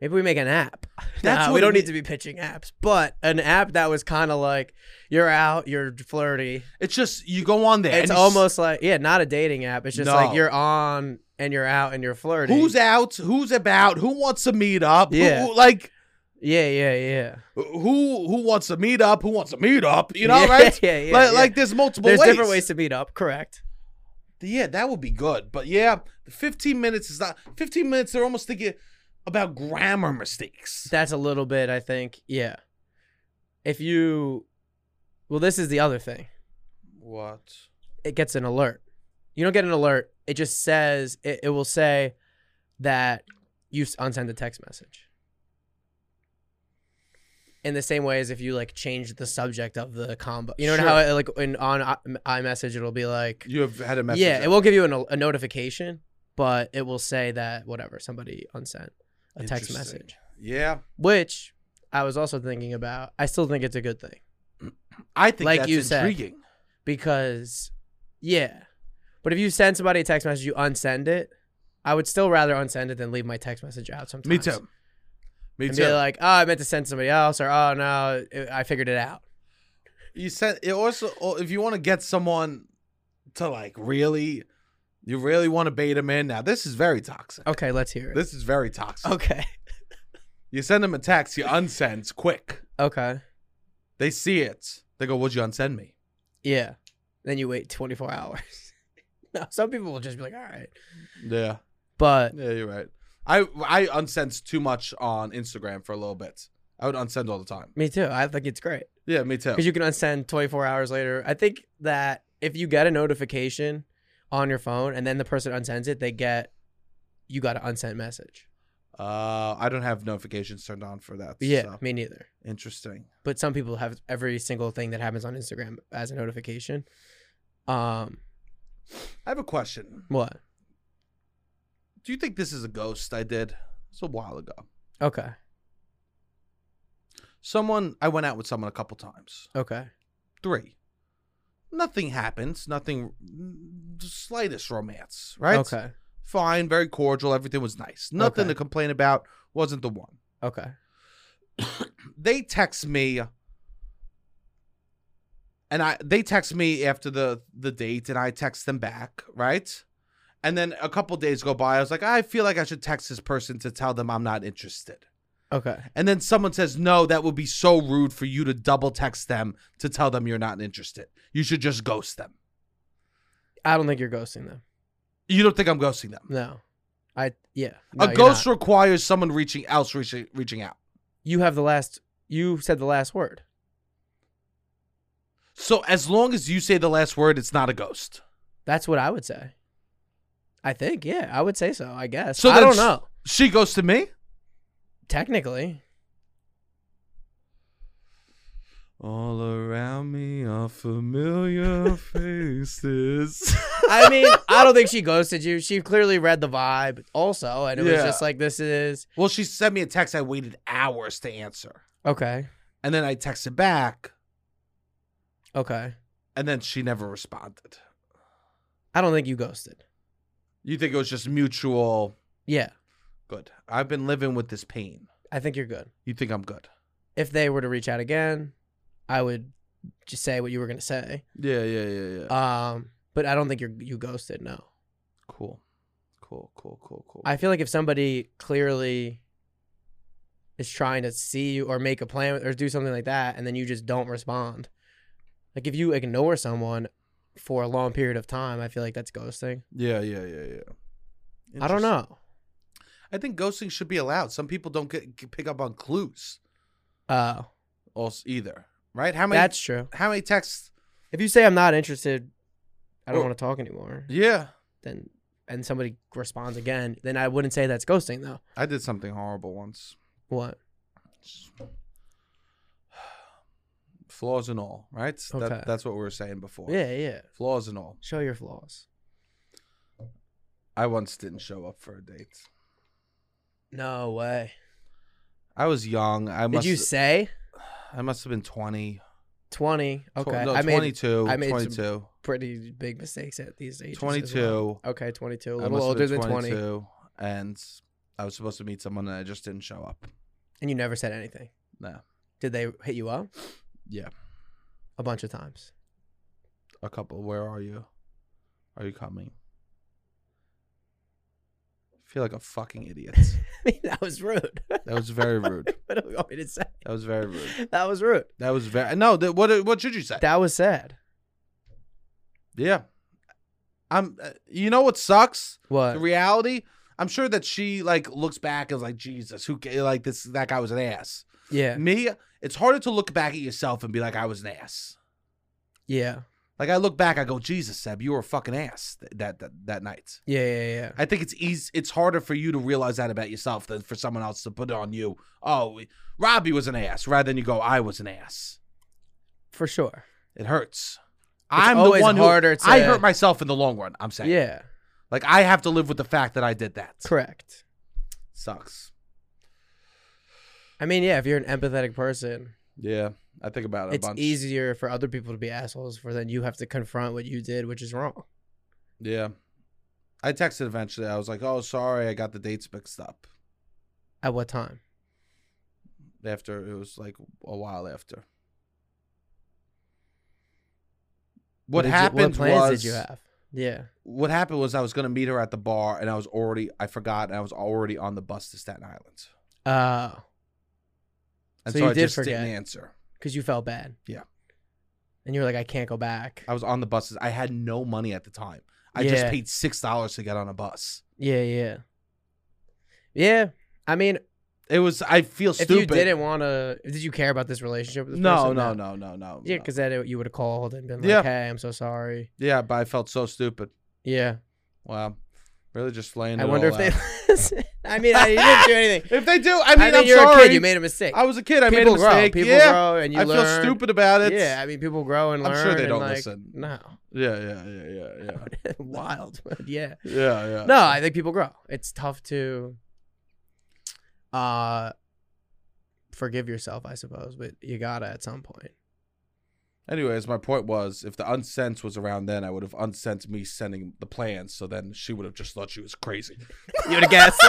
Speaker 2: Maybe we make an app.
Speaker 1: That's
Speaker 2: That's
Speaker 1: what
Speaker 2: we don't
Speaker 1: it
Speaker 2: need
Speaker 1: is.
Speaker 2: to be pitching apps, but an app that was kind of like you're out, you're flirty.
Speaker 1: it's just you go on there. and
Speaker 2: it's
Speaker 1: you s-
Speaker 2: almost like yeah, not a dating app. It's just like
Speaker 1: No.
Speaker 2: you're on and you're out and you're flirty.
Speaker 1: who's out, who's about, who wants to meet up. who-
Speaker 2: Yeah.
Speaker 1: who- like
Speaker 2: Yeah, yeah, yeah.
Speaker 1: who who wants to meet up, who wants to meet up. You know,
Speaker 2: Yeah,
Speaker 1: right?
Speaker 2: yeah, yeah,
Speaker 1: like,
Speaker 2: yeah.
Speaker 1: like there's multiple
Speaker 2: There's
Speaker 1: ways.
Speaker 2: different ways to meet up, correct?
Speaker 1: Yeah, that would be good. But yeah, the 15 minutes is not 15 minutes. They're almost thinking about grammar mistakes.
Speaker 2: That's a little bit, I think. Yeah. If you Well, this is the other thing.
Speaker 1: what?
Speaker 2: it gets an alert. You don't get an alert. It just says it, it will say that you s- unsend the text message. In the same way as if you like change the subject of the combo, you know
Speaker 1: Sure.
Speaker 2: how it, like in on i- iMessage it'll be like,
Speaker 1: You have had a message.
Speaker 2: yeah,
Speaker 1: up.
Speaker 2: it won't give you an, al- a notification, but it will say that whatever somebody unsent a text
Speaker 1: Interesting.
Speaker 2: message,
Speaker 1: Yeah.
Speaker 2: which I was also thinking about. I still think it's a good thing
Speaker 1: I think
Speaker 2: Like
Speaker 1: that's
Speaker 2: you said.
Speaker 1: intriguing.
Speaker 2: because yeah. But if you send somebody a text message, you unsend it. I would still rather unsend it than leave my text message out sometimes.
Speaker 1: Me too. Me
Speaker 2: and
Speaker 1: too.
Speaker 2: be like, oh, I meant to send somebody else, or oh no, it, I figured it out.
Speaker 1: you sent it also or if you want to get someone to like really you really want to bait them in. Now this is very toxic.
Speaker 2: Okay, let's hear it.
Speaker 1: This is very toxic.
Speaker 2: okay.
Speaker 1: You send them a text, you unsend quick.
Speaker 2: Okay.
Speaker 1: They see it. They go, "Would you unsend me?"
Speaker 2: Yeah. Then you wait 24 hours. no, some people will just be like, all right.
Speaker 1: Yeah.
Speaker 2: But
Speaker 1: Yeah, you're right. I I unsend too much on Instagram for a little bit. I would unsend all the time.
Speaker 2: me too. I think it's great
Speaker 1: Yeah, me too.
Speaker 2: because you can unsend 24 hours later. I think that if you get a notification on your phone and then the person unsends it, they get you got an unsent message.
Speaker 1: Uh, I don't have notifications turned on for that.
Speaker 2: yeah,
Speaker 1: so.
Speaker 2: me neither.
Speaker 1: interesting.
Speaker 2: But some people have every single thing that happens on Instagram as a notification. Um,
Speaker 1: I have a question.
Speaker 2: what?
Speaker 1: Do you think this is a ghost I did? It's a while ago.
Speaker 2: Okay.
Speaker 1: Someone I went out with someone a couple times.
Speaker 2: Okay.
Speaker 1: Three. Nothing happens. Nothing. The slightest romance, right?
Speaker 2: Okay.
Speaker 1: Fine. Very cordial. Everything was nice. Nothing
Speaker 2: Okay.
Speaker 1: to complain about. Wasn't the one.
Speaker 2: Okay.
Speaker 1: they text me and I they text me after the the date and I text them back, right? And then a couple days go by. I was like, I feel like I should text this person to tell them I'm not interested.
Speaker 2: Okay.
Speaker 1: And then someone says, "No, that would be so rude for you to double text them to tell them you're not interested. You should just ghost them."
Speaker 2: I don't think you're ghosting them.
Speaker 1: You don't think I'm ghosting them?
Speaker 2: No. I yeah. No,
Speaker 1: a
Speaker 2: you're
Speaker 1: ghost
Speaker 2: not.
Speaker 1: requires someone reaching else reaching reaching out.
Speaker 2: You have the last. You said the last word.
Speaker 1: So as long as you say the last word, it's not a ghost.
Speaker 2: That's what I would say. I think yeah. I would say so. I guess.
Speaker 1: So
Speaker 2: So I
Speaker 1: then
Speaker 2: don't
Speaker 1: sh-
Speaker 2: know.
Speaker 1: She ghosted me.
Speaker 2: Technically,
Speaker 1: All around me are familiar faces.
Speaker 2: I mean, I don't think she ghosted you. She clearly read the vibe also, and it was
Speaker 1: Yeah.
Speaker 2: just like this is
Speaker 1: well, she sent me a text. I waited hours to answer.
Speaker 2: okay.
Speaker 1: And then I texted back,
Speaker 2: Okay.
Speaker 1: and then she never responded.
Speaker 2: I don't think you ghosted.
Speaker 1: You think it was just mutual
Speaker 2: Yeah,
Speaker 1: good. I've been living with this pain.
Speaker 2: I think you're good.
Speaker 1: You think I'm good?
Speaker 2: If they were to reach out again, I would just say what you were gonna say.
Speaker 1: Yeah, yeah, yeah, yeah.
Speaker 2: Um, but I don't think you're you ghosted. No.
Speaker 1: cool. Cool, cool, cool, cool.
Speaker 2: I feel like if somebody clearly is trying to see you or make a plan or do something like that, and then you just don't respond, like if you ignore someone for a long period of time, I feel like that's ghosting.
Speaker 1: yeah, yeah, yeah, yeah.
Speaker 2: I don't
Speaker 1: Interesting.
Speaker 2: know.
Speaker 1: I think ghosting should be allowed. Some people don't get, pick up on clues
Speaker 2: Uh,
Speaker 1: also either, right? How many
Speaker 2: that's true.
Speaker 1: how many texts?
Speaker 2: If you say I'm not interested, I don't
Speaker 1: Well-
Speaker 2: want to talk anymore.
Speaker 1: Yeah.
Speaker 2: Then and somebody responds again, then I wouldn't say that's ghosting though.
Speaker 1: I did something horrible once.
Speaker 2: What?
Speaker 1: Flaws and all, right? That-
Speaker 2: Okay.
Speaker 1: that's what we were saying before.
Speaker 2: Yeah, yeah.
Speaker 1: Flaws and all.
Speaker 2: Show your flaws.
Speaker 1: I once didn't show up for a date.
Speaker 2: No way.
Speaker 1: I was young. I must.
Speaker 2: Did you say
Speaker 1: I must have been twenty.
Speaker 2: twenty?
Speaker 1: Tw-
Speaker 2: Okay,
Speaker 1: no,
Speaker 2: I made
Speaker 1: 22,
Speaker 2: I made some
Speaker 1: 22,
Speaker 2: pretty big mistakes at these ages. as well.
Speaker 1: 22.
Speaker 2: Okay, 22. A
Speaker 1: I
Speaker 2: little
Speaker 1: must have
Speaker 2: older
Speaker 1: been
Speaker 2: than 20.
Speaker 1: 22, and I was supposed to meet someone, and I just didn't show up.
Speaker 2: And you never said anything.
Speaker 1: No.
Speaker 2: Did they hit you up?
Speaker 1: Yeah,
Speaker 2: A bunch of times.
Speaker 1: a couple. Where are you? Are you coming? I feel like a fucking idiot.
Speaker 2: I mean, that was rude.
Speaker 1: that was very rude.
Speaker 2: what do you want me to say?
Speaker 1: That was very rude.
Speaker 2: That was rude.
Speaker 1: That was very no. That, what what should you say?
Speaker 2: That was sad.
Speaker 1: yeah, I'm. Uh, you know what sucks?
Speaker 2: What?
Speaker 1: The reality. I'm sure that she like looks back and is like, Jesus, who ca- like this? That guy was an ass.
Speaker 2: yeah.
Speaker 1: Me, it's harder to look back at yourself and be like, I was an ass.
Speaker 2: Yeah.
Speaker 1: Like I look back, I go, Jesus, Seb, you were a fucking ass th- that that, that night.
Speaker 2: Yeah, yeah, yeah.
Speaker 1: I think it's easy. It's harder for you to realize that about yourself than for someone else to put it on you. Oh, Robbie was an ass, rather than you go, I was an ass.
Speaker 2: For sure.
Speaker 1: It hurts.
Speaker 2: It's
Speaker 1: I'm
Speaker 2: always
Speaker 1: the one
Speaker 2: harder
Speaker 1: who I
Speaker 2: to-
Speaker 1: hurt myself in the long run. I'm saying,
Speaker 2: Yeah.
Speaker 1: like I have to live with the fact that I did that.
Speaker 2: Correct.
Speaker 1: Sucks.
Speaker 2: I mean, yeah, if you're an empathetic person,
Speaker 1: Yeah, I think about it a
Speaker 2: it's
Speaker 1: bunch.
Speaker 2: easier for other people to be assholes for then you have to confront what you did, which is wrong.
Speaker 1: Yeah. I texted eventually. I was like, "Oh, sorry, I got the dates mixed up."
Speaker 2: At what time?
Speaker 1: After it was like a while after. What
Speaker 2: did you-
Speaker 1: happened
Speaker 2: what plans
Speaker 1: was
Speaker 2: did you have? Yeah.
Speaker 1: what happened was I was gonna meet her at the bar, and I was already I forgot, and I was already on the bus to Staten Island,
Speaker 2: Uh,
Speaker 1: and
Speaker 2: So
Speaker 1: so,
Speaker 2: you
Speaker 1: I
Speaker 2: did
Speaker 1: just
Speaker 2: forget.
Speaker 1: didn't answer.
Speaker 2: because you felt bad.
Speaker 1: Yeah.
Speaker 2: And you were like, I can't go back.
Speaker 1: I was on the buses. I had no money at the time. I just
Speaker 2: Yeah.
Speaker 1: paid six dollars to get on a bus.
Speaker 2: Yeah, yeah. Yeah. I mean,
Speaker 1: It was I feel
Speaker 2: if
Speaker 1: stupid.
Speaker 2: you didn't want to, did you care about this relationship with this
Speaker 1: no,
Speaker 2: person?
Speaker 1: no, no, no, no.
Speaker 2: Yeah,
Speaker 1: no.
Speaker 2: because then it, you would have called and been like,
Speaker 1: Yeah.
Speaker 2: hey, I'm so sorry.
Speaker 1: yeah, but I felt so stupid.
Speaker 2: Yeah.
Speaker 1: Wow, really just laying.
Speaker 2: I
Speaker 1: it
Speaker 2: wonder if
Speaker 1: all
Speaker 2: they
Speaker 1: out.
Speaker 2: listen. I mean, I you didn't do anything.
Speaker 1: If they do, I mean, I am
Speaker 2: you're
Speaker 1: sorry.
Speaker 2: a kid. You made a mistake.
Speaker 1: I was a kid. I
Speaker 2: people
Speaker 1: made a
Speaker 2: grow.
Speaker 1: mistake.
Speaker 2: People
Speaker 1: yeah,
Speaker 2: grow and you
Speaker 1: I
Speaker 2: learn.
Speaker 1: feel stupid about it.
Speaker 2: Yeah, I mean, people grow and learn.
Speaker 1: I'm sure they
Speaker 2: and,
Speaker 1: don't
Speaker 2: like,
Speaker 1: listen.
Speaker 2: No.
Speaker 1: yeah, yeah, yeah, yeah, yeah,
Speaker 2: Wild. but yeah.
Speaker 1: yeah, yeah.
Speaker 2: No, I think people grow. It's tough to uh forgive yourself, I suppose, but you gotta at some point.
Speaker 1: Anyways, my point was, if the unsense was around then, I would have unsensed me sending the plans. So then she would have just thought she was crazy.
Speaker 2: You would have guessed.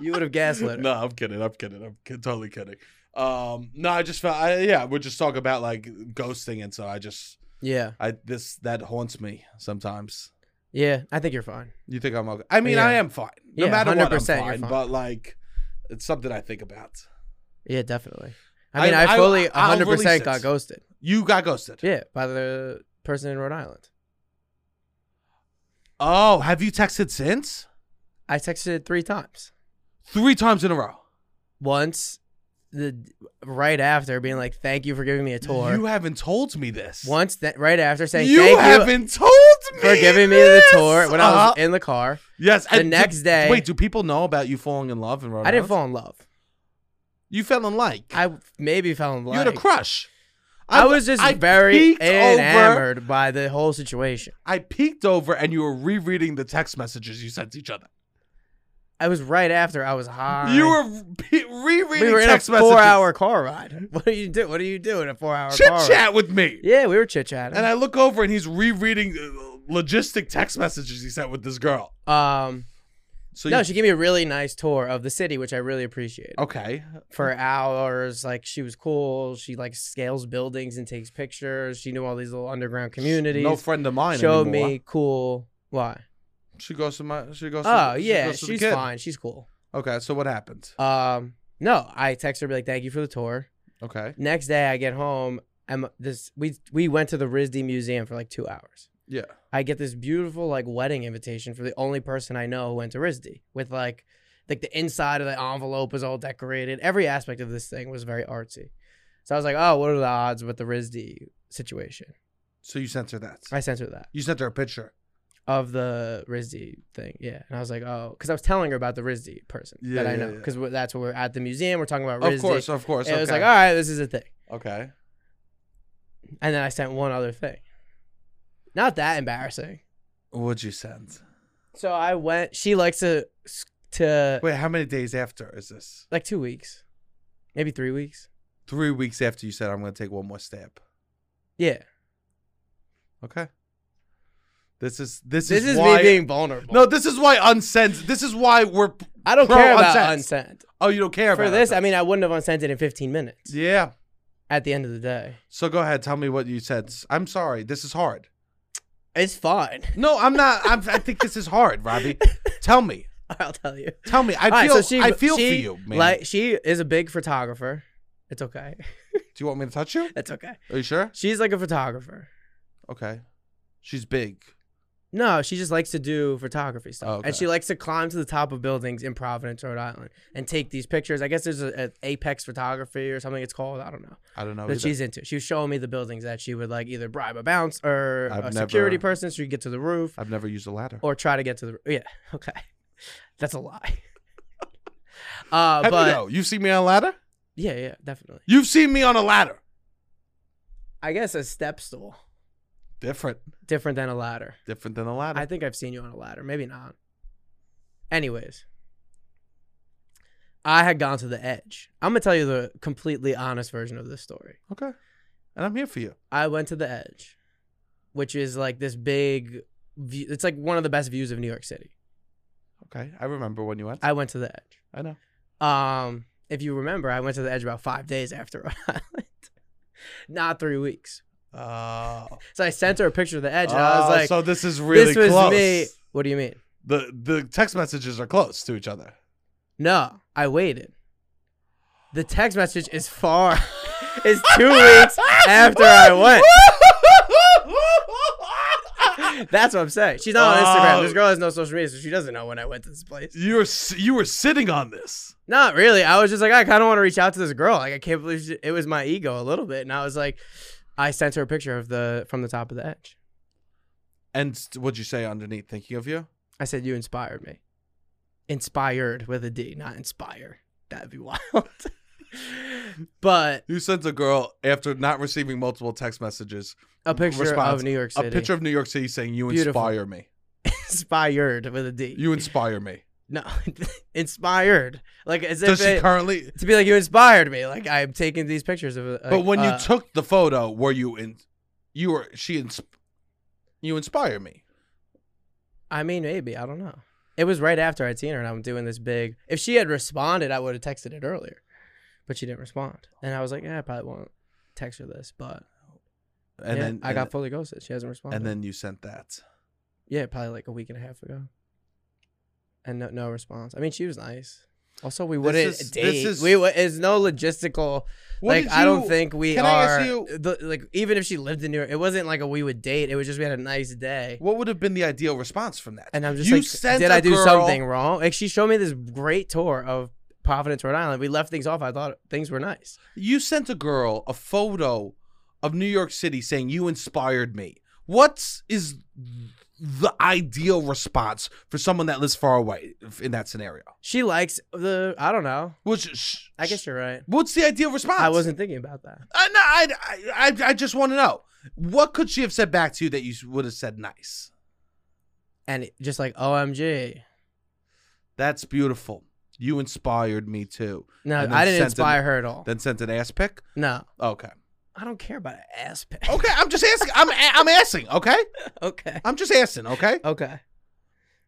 Speaker 2: you would have gaslit her.
Speaker 1: no, I'm kidding. I'm kidding. I'm kid- totally kidding. Um, no, I just felt. I, yeah, we're just talking about like ghosting, and so I just,
Speaker 2: Yeah.
Speaker 1: I this that haunts me sometimes.
Speaker 2: Yeah. I think you're fine.
Speaker 1: You think I'm okay? I mean,
Speaker 2: Yeah.
Speaker 1: I am fine. No
Speaker 2: Yeah,
Speaker 1: matter what, I'm
Speaker 2: 100%
Speaker 1: fine,
Speaker 2: you're fine.
Speaker 1: But like, it's something I think about.
Speaker 2: Yeah, definitely.
Speaker 1: I-
Speaker 2: I mean, I,
Speaker 1: I-
Speaker 2: fully
Speaker 1: I'll
Speaker 2: hundred
Speaker 1: release
Speaker 2: percent
Speaker 1: it.
Speaker 2: got ghosted.
Speaker 1: You got ghosted.
Speaker 2: Yeah, by the person in Rhode Island.
Speaker 1: Oh, have you texted since?
Speaker 2: I texted three times.
Speaker 1: Three times in a row.
Speaker 2: Once, the right after being like, "Thank you for giving me a tour."
Speaker 1: You haven't told me this.
Speaker 2: Once that right after saying,
Speaker 1: you
Speaker 2: "Thank you
Speaker 1: haven't told me
Speaker 2: for giving me
Speaker 1: this!
Speaker 2: the tour when I
Speaker 1: Uh-huh.
Speaker 2: was in the car.
Speaker 1: yes.
Speaker 2: the next
Speaker 1: do,
Speaker 2: day-
Speaker 1: Wait, do people know about you falling in love in Rhode
Speaker 2: I didn't
Speaker 1: Island?
Speaker 2: fall in love.
Speaker 1: You fell in like.
Speaker 2: I maybe fell in love.
Speaker 1: you had a crush.
Speaker 2: I was just
Speaker 1: I
Speaker 2: very
Speaker 1: peeked Over,
Speaker 2: enamored by the whole situation.
Speaker 1: I peeked over, and you were rereading the text messages you sent to each other.
Speaker 2: I was right after I was high.
Speaker 1: You were pe- rereading
Speaker 2: we were in a
Speaker 1: text messages.
Speaker 2: four-hour car ride. What do you do? What do you do in a four-hour
Speaker 1: chit
Speaker 2: car ride?
Speaker 1: chat with me.
Speaker 2: Yeah, we were chit chatting.
Speaker 1: And I look over, and he's rereading uh, logistic text messages he sent with this girl.
Speaker 2: Um,
Speaker 1: So
Speaker 2: no,
Speaker 1: you,
Speaker 2: she gave me a really nice tour of the city, which I really appreciated.
Speaker 1: okay,
Speaker 2: For hours, like she was cool. She like scales buildings and takes pictures. She knew all these little underground communities.
Speaker 1: no friend of mine.
Speaker 2: Showed
Speaker 1: anymore.
Speaker 2: me cool. Why?
Speaker 1: She goes to my. She goes.
Speaker 2: Oh
Speaker 1: to, she
Speaker 2: yeah,
Speaker 1: goes to the
Speaker 2: she's
Speaker 1: kid.
Speaker 2: fine. She's cool.
Speaker 1: Okay, so what happened?
Speaker 2: Um, no, I text her be like, "Thank you for the tour."
Speaker 1: Okay,
Speaker 2: Next day, I get home. I'm this. We we went to the RISD museum for like two hours.
Speaker 1: yeah,
Speaker 2: I get this beautiful like wedding invitation for the only person I know who went to RISD with like like the inside of the envelope was all decorated. Every aspect of this thing was very artsy. So I was like, "Oh, what are the odds with the RISD situation?"
Speaker 1: so you sent her that.
Speaker 2: I sent her that.
Speaker 1: you sent her a picture.
Speaker 2: of the RISD thing. Yeah. And I was like, oh, because I was telling her about the RISD person
Speaker 1: Yeah,
Speaker 2: that I
Speaker 1: yeah,
Speaker 2: know.
Speaker 1: yeah.
Speaker 2: Because that's what we're at the museum. We're talking about RISD.
Speaker 1: Of course, of course.
Speaker 2: And it was
Speaker 1: okay.
Speaker 2: like, "Ah." all right, this is a thing.
Speaker 1: okay.
Speaker 2: And then I sent one other thing. Not that embarrassing.
Speaker 1: What'd you send?
Speaker 2: So I went, she likes to, to
Speaker 1: Wait, how many days after is this?
Speaker 2: like two weeks, maybe three weeks.
Speaker 1: Three weeks after you said I'm going to take one more step.
Speaker 2: Yeah.
Speaker 1: Okay. This is this,
Speaker 2: This
Speaker 1: is,
Speaker 2: is
Speaker 1: why.
Speaker 2: me being vulnerable.
Speaker 1: no, this is why unsent. This is why we're.
Speaker 2: I don't
Speaker 1: pro
Speaker 2: care about
Speaker 1: unsent.
Speaker 2: unsent.
Speaker 1: Oh, you don't care
Speaker 2: For
Speaker 1: about
Speaker 2: this,
Speaker 1: unsent.
Speaker 2: I mean, I wouldn't have unsent it in 15 minutes
Speaker 1: Yeah.
Speaker 2: at the end of the day.
Speaker 1: So go ahead, tell me what you said. I'm sorry. This is hard.
Speaker 2: It's fine.
Speaker 1: No, I'm not. I'm, I think this is hard, Robbie. Tell me.
Speaker 2: I'll tell you.
Speaker 1: Tell me. I
Speaker 2: All right,
Speaker 1: feel.
Speaker 2: so she-
Speaker 1: I feel
Speaker 2: she,
Speaker 1: for you, man.
Speaker 2: Like she is a big photographer. It's okay.
Speaker 1: Do you want me to touch you?
Speaker 2: It's okay.
Speaker 1: Are you sure?
Speaker 2: She's like a photographer.
Speaker 1: Okay. She's big.
Speaker 2: No, she just likes to do photography stuff,
Speaker 1: Oh, okay.
Speaker 2: and she likes to climb to the top of buildings in Providence, Rhode Island, and take these pictures. I guess there's a, a apex photography or something it's called. I don't know
Speaker 1: I don't know.
Speaker 2: that
Speaker 1: either.
Speaker 2: she's into. She was showing me the buildings that she would like either bribe a bounce or
Speaker 1: I've
Speaker 2: a security
Speaker 1: never-
Speaker 2: person so you get to the roof,
Speaker 1: I've never used a ladder.
Speaker 2: or try to get to the yeah. Okay, that's a lie. uh,
Speaker 1: How do
Speaker 2: but
Speaker 1: you know? You've seen me on a ladder.
Speaker 2: yeah, yeah, definitely.
Speaker 1: You've seen me on a ladder.
Speaker 2: I guess a step stool.
Speaker 1: Different.
Speaker 2: different than a ladder.
Speaker 1: Different than a ladder.
Speaker 2: I think I've seen you on a ladder. Maybe not. Anyways, I had gone to the edge. I'm gonna tell you the completely honest version of this story.
Speaker 1: Okay. And I'm here for you.
Speaker 2: I went to the edge, which is like this big view. It's like one of the best views of New York City.
Speaker 1: Okay. I remember when you went. I,
Speaker 2: I went to the edge.
Speaker 1: know.
Speaker 2: Um, if you remember, I went to the edge about five days after Rhode Island, not three weeks.
Speaker 1: Oh.
Speaker 2: So I sent her a picture of the edge, and I was
Speaker 1: Oh,
Speaker 2: like,
Speaker 1: so this is really
Speaker 2: "This was
Speaker 1: close.
Speaker 2: me." What do you mean?
Speaker 1: The the text messages are close to each other.
Speaker 2: No, I waited. The text message is far. it's two weeks after I went. That's what I'm saying. She's not on Instagram.
Speaker 1: Oh.
Speaker 2: This girl has no social media, so she doesn't know when I went to this place.
Speaker 1: you were s- you were sitting on this.
Speaker 2: Not really. I was just like, I kind of want to reach out to this girl. Like, I can't believe she, it was my ego a little bit, and I was like, I sent her a picture of the from the top of the edge.
Speaker 1: And st- what'd you say underneath? Thinking of you.
Speaker 2: I said, you inspired me. Inspired with a D, not inspire. That'd be wild. but
Speaker 1: You sent a girl after not receiving multiple text messages
Speaker 2: a picture
Speaker 1: Response.
Speaker 2: of New York City.
Speaker 1: a picture of New York City saying you
Speaker 2: Beautiful.
Speaker 1: inspire me.
Speaker 2: inspired with a D.
Speaker 1: You inspire me.
Speaker 2: no, inspired. Like as
Speaker 1: Does
Speaker 2: if
Speaker 1: she
Speaker 2: it-
Speaker 1: currently?
Speaker 2: to be like you inspired me. Like I'm taking these pictures of. Like,
Speaker 1: but when you
Speaker 2: uh,
Speaker 1: took the photo, were you in? You were she ins- You inspire me.
Speaker 2: I mean, maybe I don't know. It was right after I'd seen her, and I'm doing this big. If she had responded, I would have texted it earlier, but she didn't respond, and I was like, yeah, I probably won't text her this, but
Speaker 1: And
Speaker 2: yeah,
Speaker 1: then
Speaker 2: I
Speaker 1: and-
Speaker 2: got fully ghosted. She hasn't responded.
Speaker 1: And then you sent that.
Speaker 2: yeah, probably like a week and a half ago, and no no response. I mean, she was nice. Also, we wouldn't
Speaker 1: is- this
Speaker 2: date.
Speaker 1: is-
Speaker 2: we would. It's no logistical.
Speaker 1: What
Speaker 2: like
Speaker 1: did
Speaker 2: I don't
Speaker 1: you-
Speaker 2: think we
Speaker 1: Can I
Speaker 2: are.
Speaker 1: ask you-
Speaker 2: the, like even if she lived in New York, it wasn't like a we would date. It was just we had a nice day.
Speaker 1: What would have been the ideal response from that?
Speaker 2: And I'm just
Speaker 1: You
Speaker 2: like,
Speaker 1: sent
Speaker 2: did
Speaker 1: a
Speaker 2: I do
Speaker 1: girl-
Speaker 2: something wrong? Like she showed me this great tour of Providence, Rhode Island. We left things off. I thought things were nice.
Speaker 1: You sent a girl a photo of New York City saying you inspired me. What is the ideal response for someone that lives far away in that scenario?
Speaker 2: She likes the. I don't know.
Speaker 1: Which sh-
Speaker 2: I guess you're right.
Speaker 1: What's the ideal response?
Speaker 2: I wasn't thinking about that.
Speaker 1: I, no, I, I, I- I just want to know what could she have said back to you that you would have said nice.
Speaker 2: And it- just like OMG.
Speaker 1: That's beautiful. You inspired me too.
Speaker 2: No,
Speaker 1: And then
Speaker 2: I didn't
Speaker 1: sent
Speaker 2: inspire
Speaker 1: an-
Speaker 2: her at all.
Speaker 1: Then sent an ass pic.
Speaker 2: no,
Speaker 1: Okay.
Speaker 2: I don't care about an ass pic.
Speaker 1: Okay. I'm just asking. I'm a- I'm asking. Okay.
Speaker 2: okay.
Speaker 1: I'm just asking. Okay.
Speaker 2: Okay.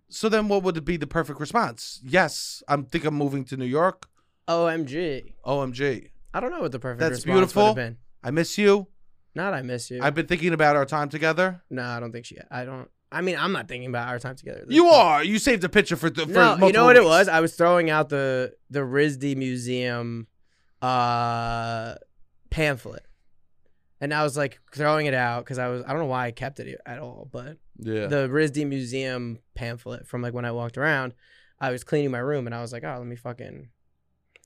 Speaker 1: So then, what would be the perfect response? Yes, I'm think I'm moving to New York.
Speaker 2: OMG.
Speaker 1: OMG,
Speaker 2: I don't know what the perfect
Speaker 1: That's
Speaker 2: response would
Speaker 1: beautiful.
Speaker 2: have been.
Speaker 1: I miss you.
Speaker 2: Not I miss you.
Speaker 1: I've been thinking about our time together.
Speaker 2: No, I don't think she. I don't. I mean, I'm not thinking about our time together. at this
Speaker 1: You
Speaker 2: point.
Speaker 1: are. You saved a picture for the. For
Speaker 2: No, you know
Speaker 1: multiple
Speaker 2: what it
Speaker 1: weeks.
Speaker 2: was? I was throwing out the the RISD museum uh pamphlet, and I was like throwing it out because I was I don't know why I kept it at all, but
Speaker 1: Yeah.
Speaker 2: the RISD museum pamphlet from like when I walked around, I was cleaning my room and I was like, oh, let me fucking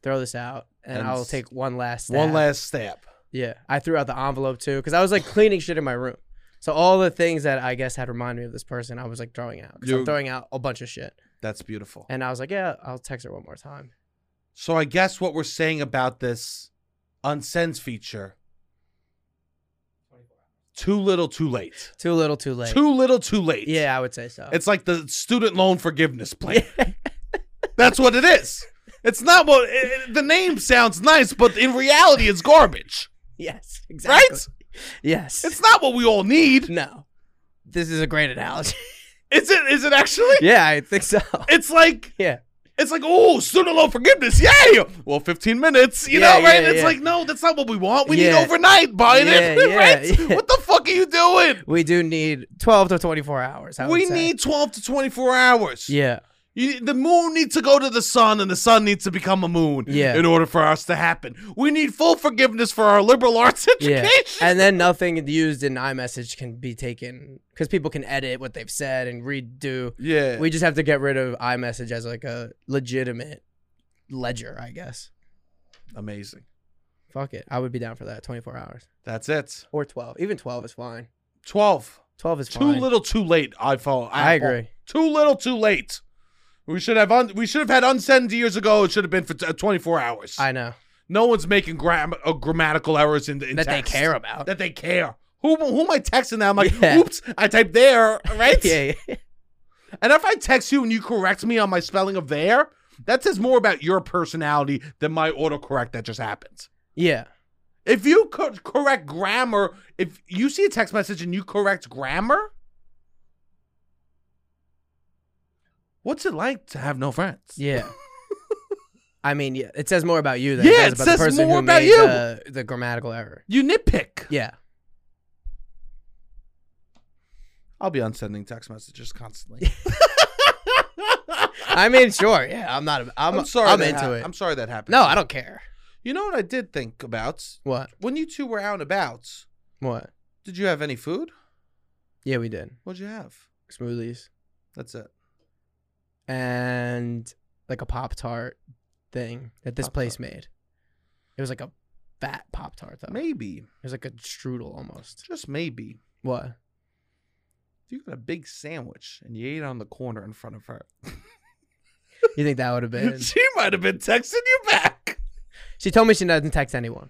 Speaker 2: throw this out, and,
Speaker 1: And
Speaker 2: I'll
Speaker 1: s-
Speaker 2: take one last stab.
Speaker 1: One last step.
Speaker 2: Yeah, I threw out the envelope too because I was like cleaning shit in my room. So all the things that I guess had reminded me of this person, I was like throwing out. 'cause
Speaker 1: You-
Speaker 2: I'm throwing out a bunch of shit,
Speaker 1: That's beautiful.
Speaker 2: and I was like, yeah, I'll text her one more time.
Speaker 1: So I guess what we're saying about this unsense feature. Too little, too late.
Speaker 2: Too little, too late.
Speaker 1: Too little, too late.
Speaker 2: yeah, I would say so.
Speaker 1: It's like the student loan forgiveness plan. That's what it is. It's not what it, it- the name sounds nice, but in reality, it's garbage,
Speaker 2: yes,
Speaker 1: right?
Speaker 2: exactly. Yes.
Speaker 1: It's not what we all need.
Speaker 2: no. This is a great analogy.
Speaker 1: Is it? Is it actually?
Speaker 2: yeah, I think so.
Speaker 1: It's like
Speaker 2: Yeah.
Speaker 1: it's like oh, student loan forgiveness, yay! Well, fifteen minutes, you
Speaker 2: Yeah,
Speaker 1: know, right?
Speaker 2: yeah,
Speaker 1: it's
Speaker 2: yeah.
Speaker 1: like no, that's not what we want. We
Speaker 2: Yeah.
Speaker 1: need overnight, Biden.
Speaker 2: Yeah, yeah,
Speaker 1: right?
Speaker 2: yeah.
Speaker 1: What the fuck are you doing?
Speaker 2: We do need 12 to 24 hours. I would
Speaker 1: We
Speaker 2: say.
Speaker 1: need twelve to twenty-four hours.
Speaker 2: Yeah.
Speaker 1: You, the moon needs to go to the sun, and the sun needs to become a moon
Speaker 2: Yeah.
Speaker 1: in order for us to happen. We need full forgiveness for our liberal arts education.
Speaker 2: Yeah. And then nothing used in iMessage can be taken because people can edit what they've said and redo.
Speaker 1: Yeah.
Speaker 2: We just have to get rid of iMessage as like a legitimate ledger, I guess.
Speaker 1: Amazing.
Speaker 2: Fuck it. I would be down for that 24 hours
Speaker 1: That's it.
Speaker 2: or 12. Even 12 is fine.
Speaker 1: 12.
Speaker 2: 12 is
Speaker 1: Too
Speaker 2: fine.
Speaker 1: little, too late, iPhone.
Speaker 2: I
Speaker 1: Apple.
Speaker 2: agree.
Speaker 1: Too little, too late. We should have un- we should have had unsend years ago. It should have been for t- uh, 24 hours.
Speaker 2: I know.
Speaker 1: no one's making gram- uh, grammatical errors in the in
Speaker 2: That they
Speaker 1: text.
Speaker 2: care about.
Speaker 1: That they care. Who, who am I texting now? I'm like,
Speaker 2: Yeah.
Speaker 1: oops, I typed there, right?
Speaker 2: yeah, yeah.
Speaker 1: And if I text you and you correct me on my spelling of there, That says more about your personality than my autocorrect that just happens.
Speaker 2: Yeah.
Speaker 1: If you could correct grammar, if you see a text message and you correct grammar, what's it like to have no friends?
Speaker 2: Yeah. I mean, yeah, it says more about you than
Speaker 1: Yeah,
Speaker 2: it does
Speaker 1: it
Speaker 2: about
Speaker 1: says
Speaker 2: the person
Speaker 1: more
Speaker 2: who
Speaker 1: about
Speaker 2: made
Speaker 1: you.
Speaker 2: the, the grammatical error.
Speaker 1: You nitpick.
Speaker 2: Yeah.
Speaker 1: I'll be unsending text messages constantly.
Speaker 2: I mean, sure. Yeah, I'm not. I'm,
Speaker 1: I'm, sorry.
Speaker 2: I'm
Speaker 1: that
Speaker 2: into
Speaker 1: hap-
Speaker 2: it.
Speaker 1: I'm sorry that happened.
Speaker 2: no, I don't care.
Speaker 1: You know what I did think about
Speaker 2: What?
Speaker 1: when you two were out and about.
Speaker 2: What?
Speaker 1: Did you have any food?
Speaker 2: Yeah, we did
Speaker 1: What'd you have?
Speaker 2: smoothies
Speaker 1: That's it.
Speaker 2: and like a pop tart thing that this
Speaker 1: Pop-Tart.
Speaker 2: place made. It was like a fat pop tart though.
Speaker 1: Maybe,
Speaker 2: It was like a strudel almost.
Speaker 1: just maybe,
Speaker 2: What?
Speaker 1: you got a big sandwich and you ate on the corner in front of her.
Speaker 2: You think that would have been?
Speaker 1: she might have been texting you back.
Speaker 2: she told me she doesn't text anyone.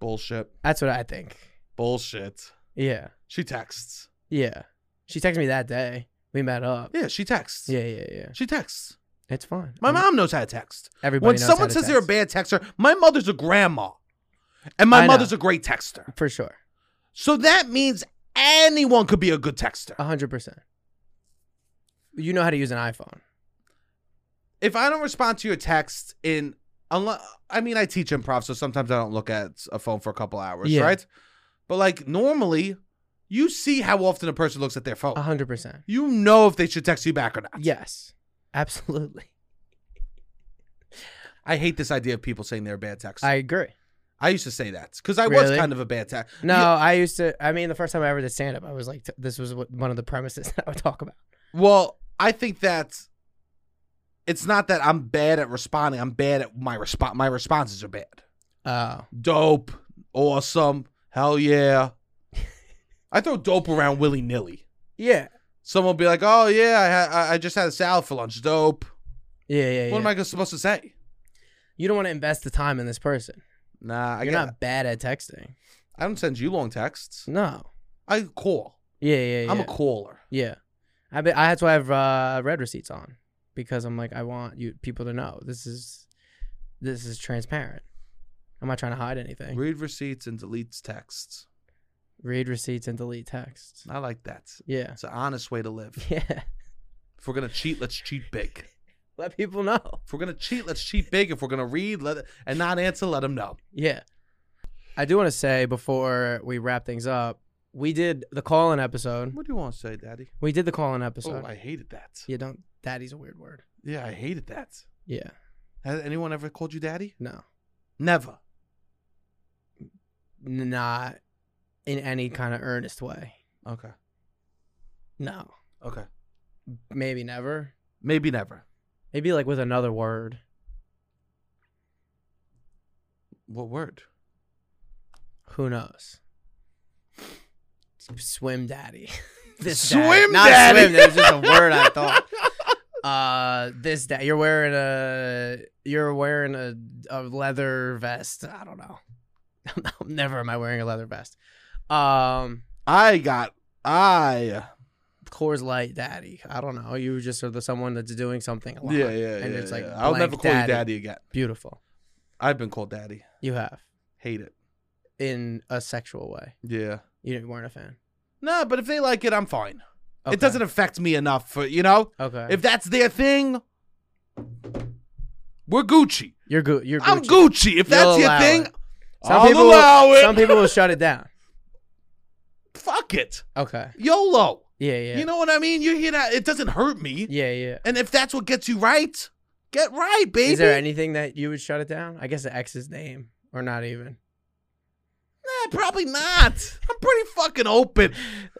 Speaker 1: Bullshit.
Speaker 2: That's what I think.
Speaker 1: Bullshit.
Speaker 2: Yeah.
Speaker 1: She texts.
Speaker 2: Yeah. She texted me that day. We met up.
Speaker 1: Yeah, she texts.
Speaker 2: Yeah, yeah, yeah.
Speaker 1: She texts.
Speaker 2: It's fine.
Speaker 1: My
Speaker 2: I'm-
Speaker 1: mom knows how to text.
Speaker 2: Everybody.
Speaker 1: when
Speaker 2: knows
Speaker 1: someone
Speaker 2: how to
Speaker 1: says they're a
Speaker 2: text.
Speaker 1: bad texter, my mother's a grandma. And my
Speaker 2: I know.
Speaker 1: mother's a great texter.
Speaker 2: for sure,
Speaker 1: So that means anyone could be a good texter.
Speaker 2: a hundred percent. You know how to use an iPhone.
Speaker 1: if I don't respond to your text in unless I mean I teach improv, so sometimes I don't look at a phone for a couple hours,
Speaker 2: Yeah.
Speaker 1: right? But like normally, you see how often a person looks at their phone.
Speaker 2: A hundred percent.
Speaker 1: You know if they should text you back or not.
Speaker 2: Yes, absolutely.
Speaker 1: I hate this idea of people saying they're a bad text.
Speaker 2: I
Speaker 1: I,
Speaker 2: agree.
Speaker 1: used to say that because I was
Speaker 2: Really?
Speaker 1: kind of a bad text.
Speaker 2: No, I used to. I mean, the first time I ever did stand up, I was like, t- this was what, one of the premises that I would talk about.
Speaker 1: Well, I think that it's not that I'm bad at responding. I'm bad at my response. My responses are bad.
Speaker 2: Oh,
Speaker 1: Dope, awesome, hell yeah. I throw dope around willy nilly.
Speaker 2: yeah, Someone
Speaker 1: Someone will be like, "Oh yeah, I ha- I- I just had a salad for lunch. Dope."
Speaker 2: yeah, yeah. yeah.
Speaker 1: What am I supposed to say?
Speaker 2: You don't want to invest the time in this person.
Speaker 1: Nah, I
Speaker 2: You're
Speaker 1: get.
Speaker 2: not bad at texting.
Speaker 1: I don't send you long texts.
Speaker 2: No.
Speaker 1: I call.
Speaker 2: Yeah, yeah, yeah.
Speaker 1: I'm a caller.
Speaker 2: Yeah, I bet I, that's why I have uh, red receipts on because I'm like I want you people to know this is this is transparent. I'm not trying to hide anything.
Speaker 1: Read receipts and deletes texts.
Speaker 2: Read receipts and delete texts.
Speaker 1: I like that.
Speaker 2: Yeah,
Speaker 1: It's an honest way to live.
Speaker 2: yeah.
Speaker 1: If we're gonna cheat, let's cheat big.
Speaker 2: Let people know.
Speaker 1: If we're gonna cheat, let's cheat big. If we're gonna read, let and not answer, let them know.
Speaker 2: Yeah, I do want to say before we wrap things up, we did the call-in episode.
Speaker 1: What do you want to say, Daddy?
Speaker 2: We did the call-in
Speaker 1: Oh,
Speaker 2: episode.
Speaker 1: I hated that.
Speaker 2: You don't. Daddy's a weird word.
Speaker 1: Yeah, I hated that.
Speaker 2: Yeah.
Speaker 1: Has anyone ever called you Daddy?
Speaker 2: No.
Speaker 1: Never.
Speaker 2: Not in any kind of earnest way.
Speaker 1: Okay.
Speaker 2: No.
Speaker 1: Okay.
Speaker 2: Maybe never.
Speaker 1: Maybe never.
Speaker 2: Maybe like with another word.
Speaker 1: What word?
Speaker 2: Who knows? Swim daddy.
Speaker 1: Swim
Speaker 2: Not
Speaker 1: daddy.
Speaker 2: swim. That was just a word I thought. Uh, this dad. You're wearing a. You're wearing a, a leather vest. I don't know. Never am I wearing a leather vest. Um,
Speaker 1: I got I
Speaker 2: Coors Light daddy. I don't know. You just are the someone that's doing something a lot.
Speaker 1: yeah yeah
Speaker 2: And
Speaker 1: yeah,
Speaker 2: it's like
Speaker 1: yeah. I'll
Speaker 2: blank
Speaker 1: never call
Speaker 2: daddy.
Speaker 1: you daddy again.
Speaker 2: Beautiful.
Speaker 1: I've been called daddy.
Speaker 2: You have
Speaker 1: Hate it.
Speaker 2: in a sexual way.
Speaker 1: Yeah.
Speaker 2: You weren't a fan.
Speaker 1: No, but if they like it, I'm fine.
Speaker 2: Okay.
Speaker 1: It doesn't affect me enough for you know.
Speaker 2: Okay.
Speaker 1: If that's their thing, we're Gucci.
Speaker 2: you're good. You're.
Speaker 1: I'm
Speaker 2: Gucci.
Speaker 1: Gucci. If
Speaker 2: You'll
Speaker 1: that's your
Speaker 2: allow
Speaker 1: thing,
Speaker 2: it. Some
Speaker 1: I'll
Speaker 2: people will-
Speaker 1: allow it.
Speaker 2: Some people will shut it down.
Speaker 1: Fuck it.
Speaker 2: Okay.
Speaker 1: YOLO.
Speaker 2: Yeah, yeah.
Speaker 1: You know what I mean? You hear that? It doesn't hurt me.
Speaker 2: Yeah, yeah.
Speaker 1: And if that's what gets you right, get right, baby.
Speaker 2: Is there anything that you would shut it down? I guess the ex's name, or not even.
Speaker 1: nah, probably not. I'm pretty fucking open.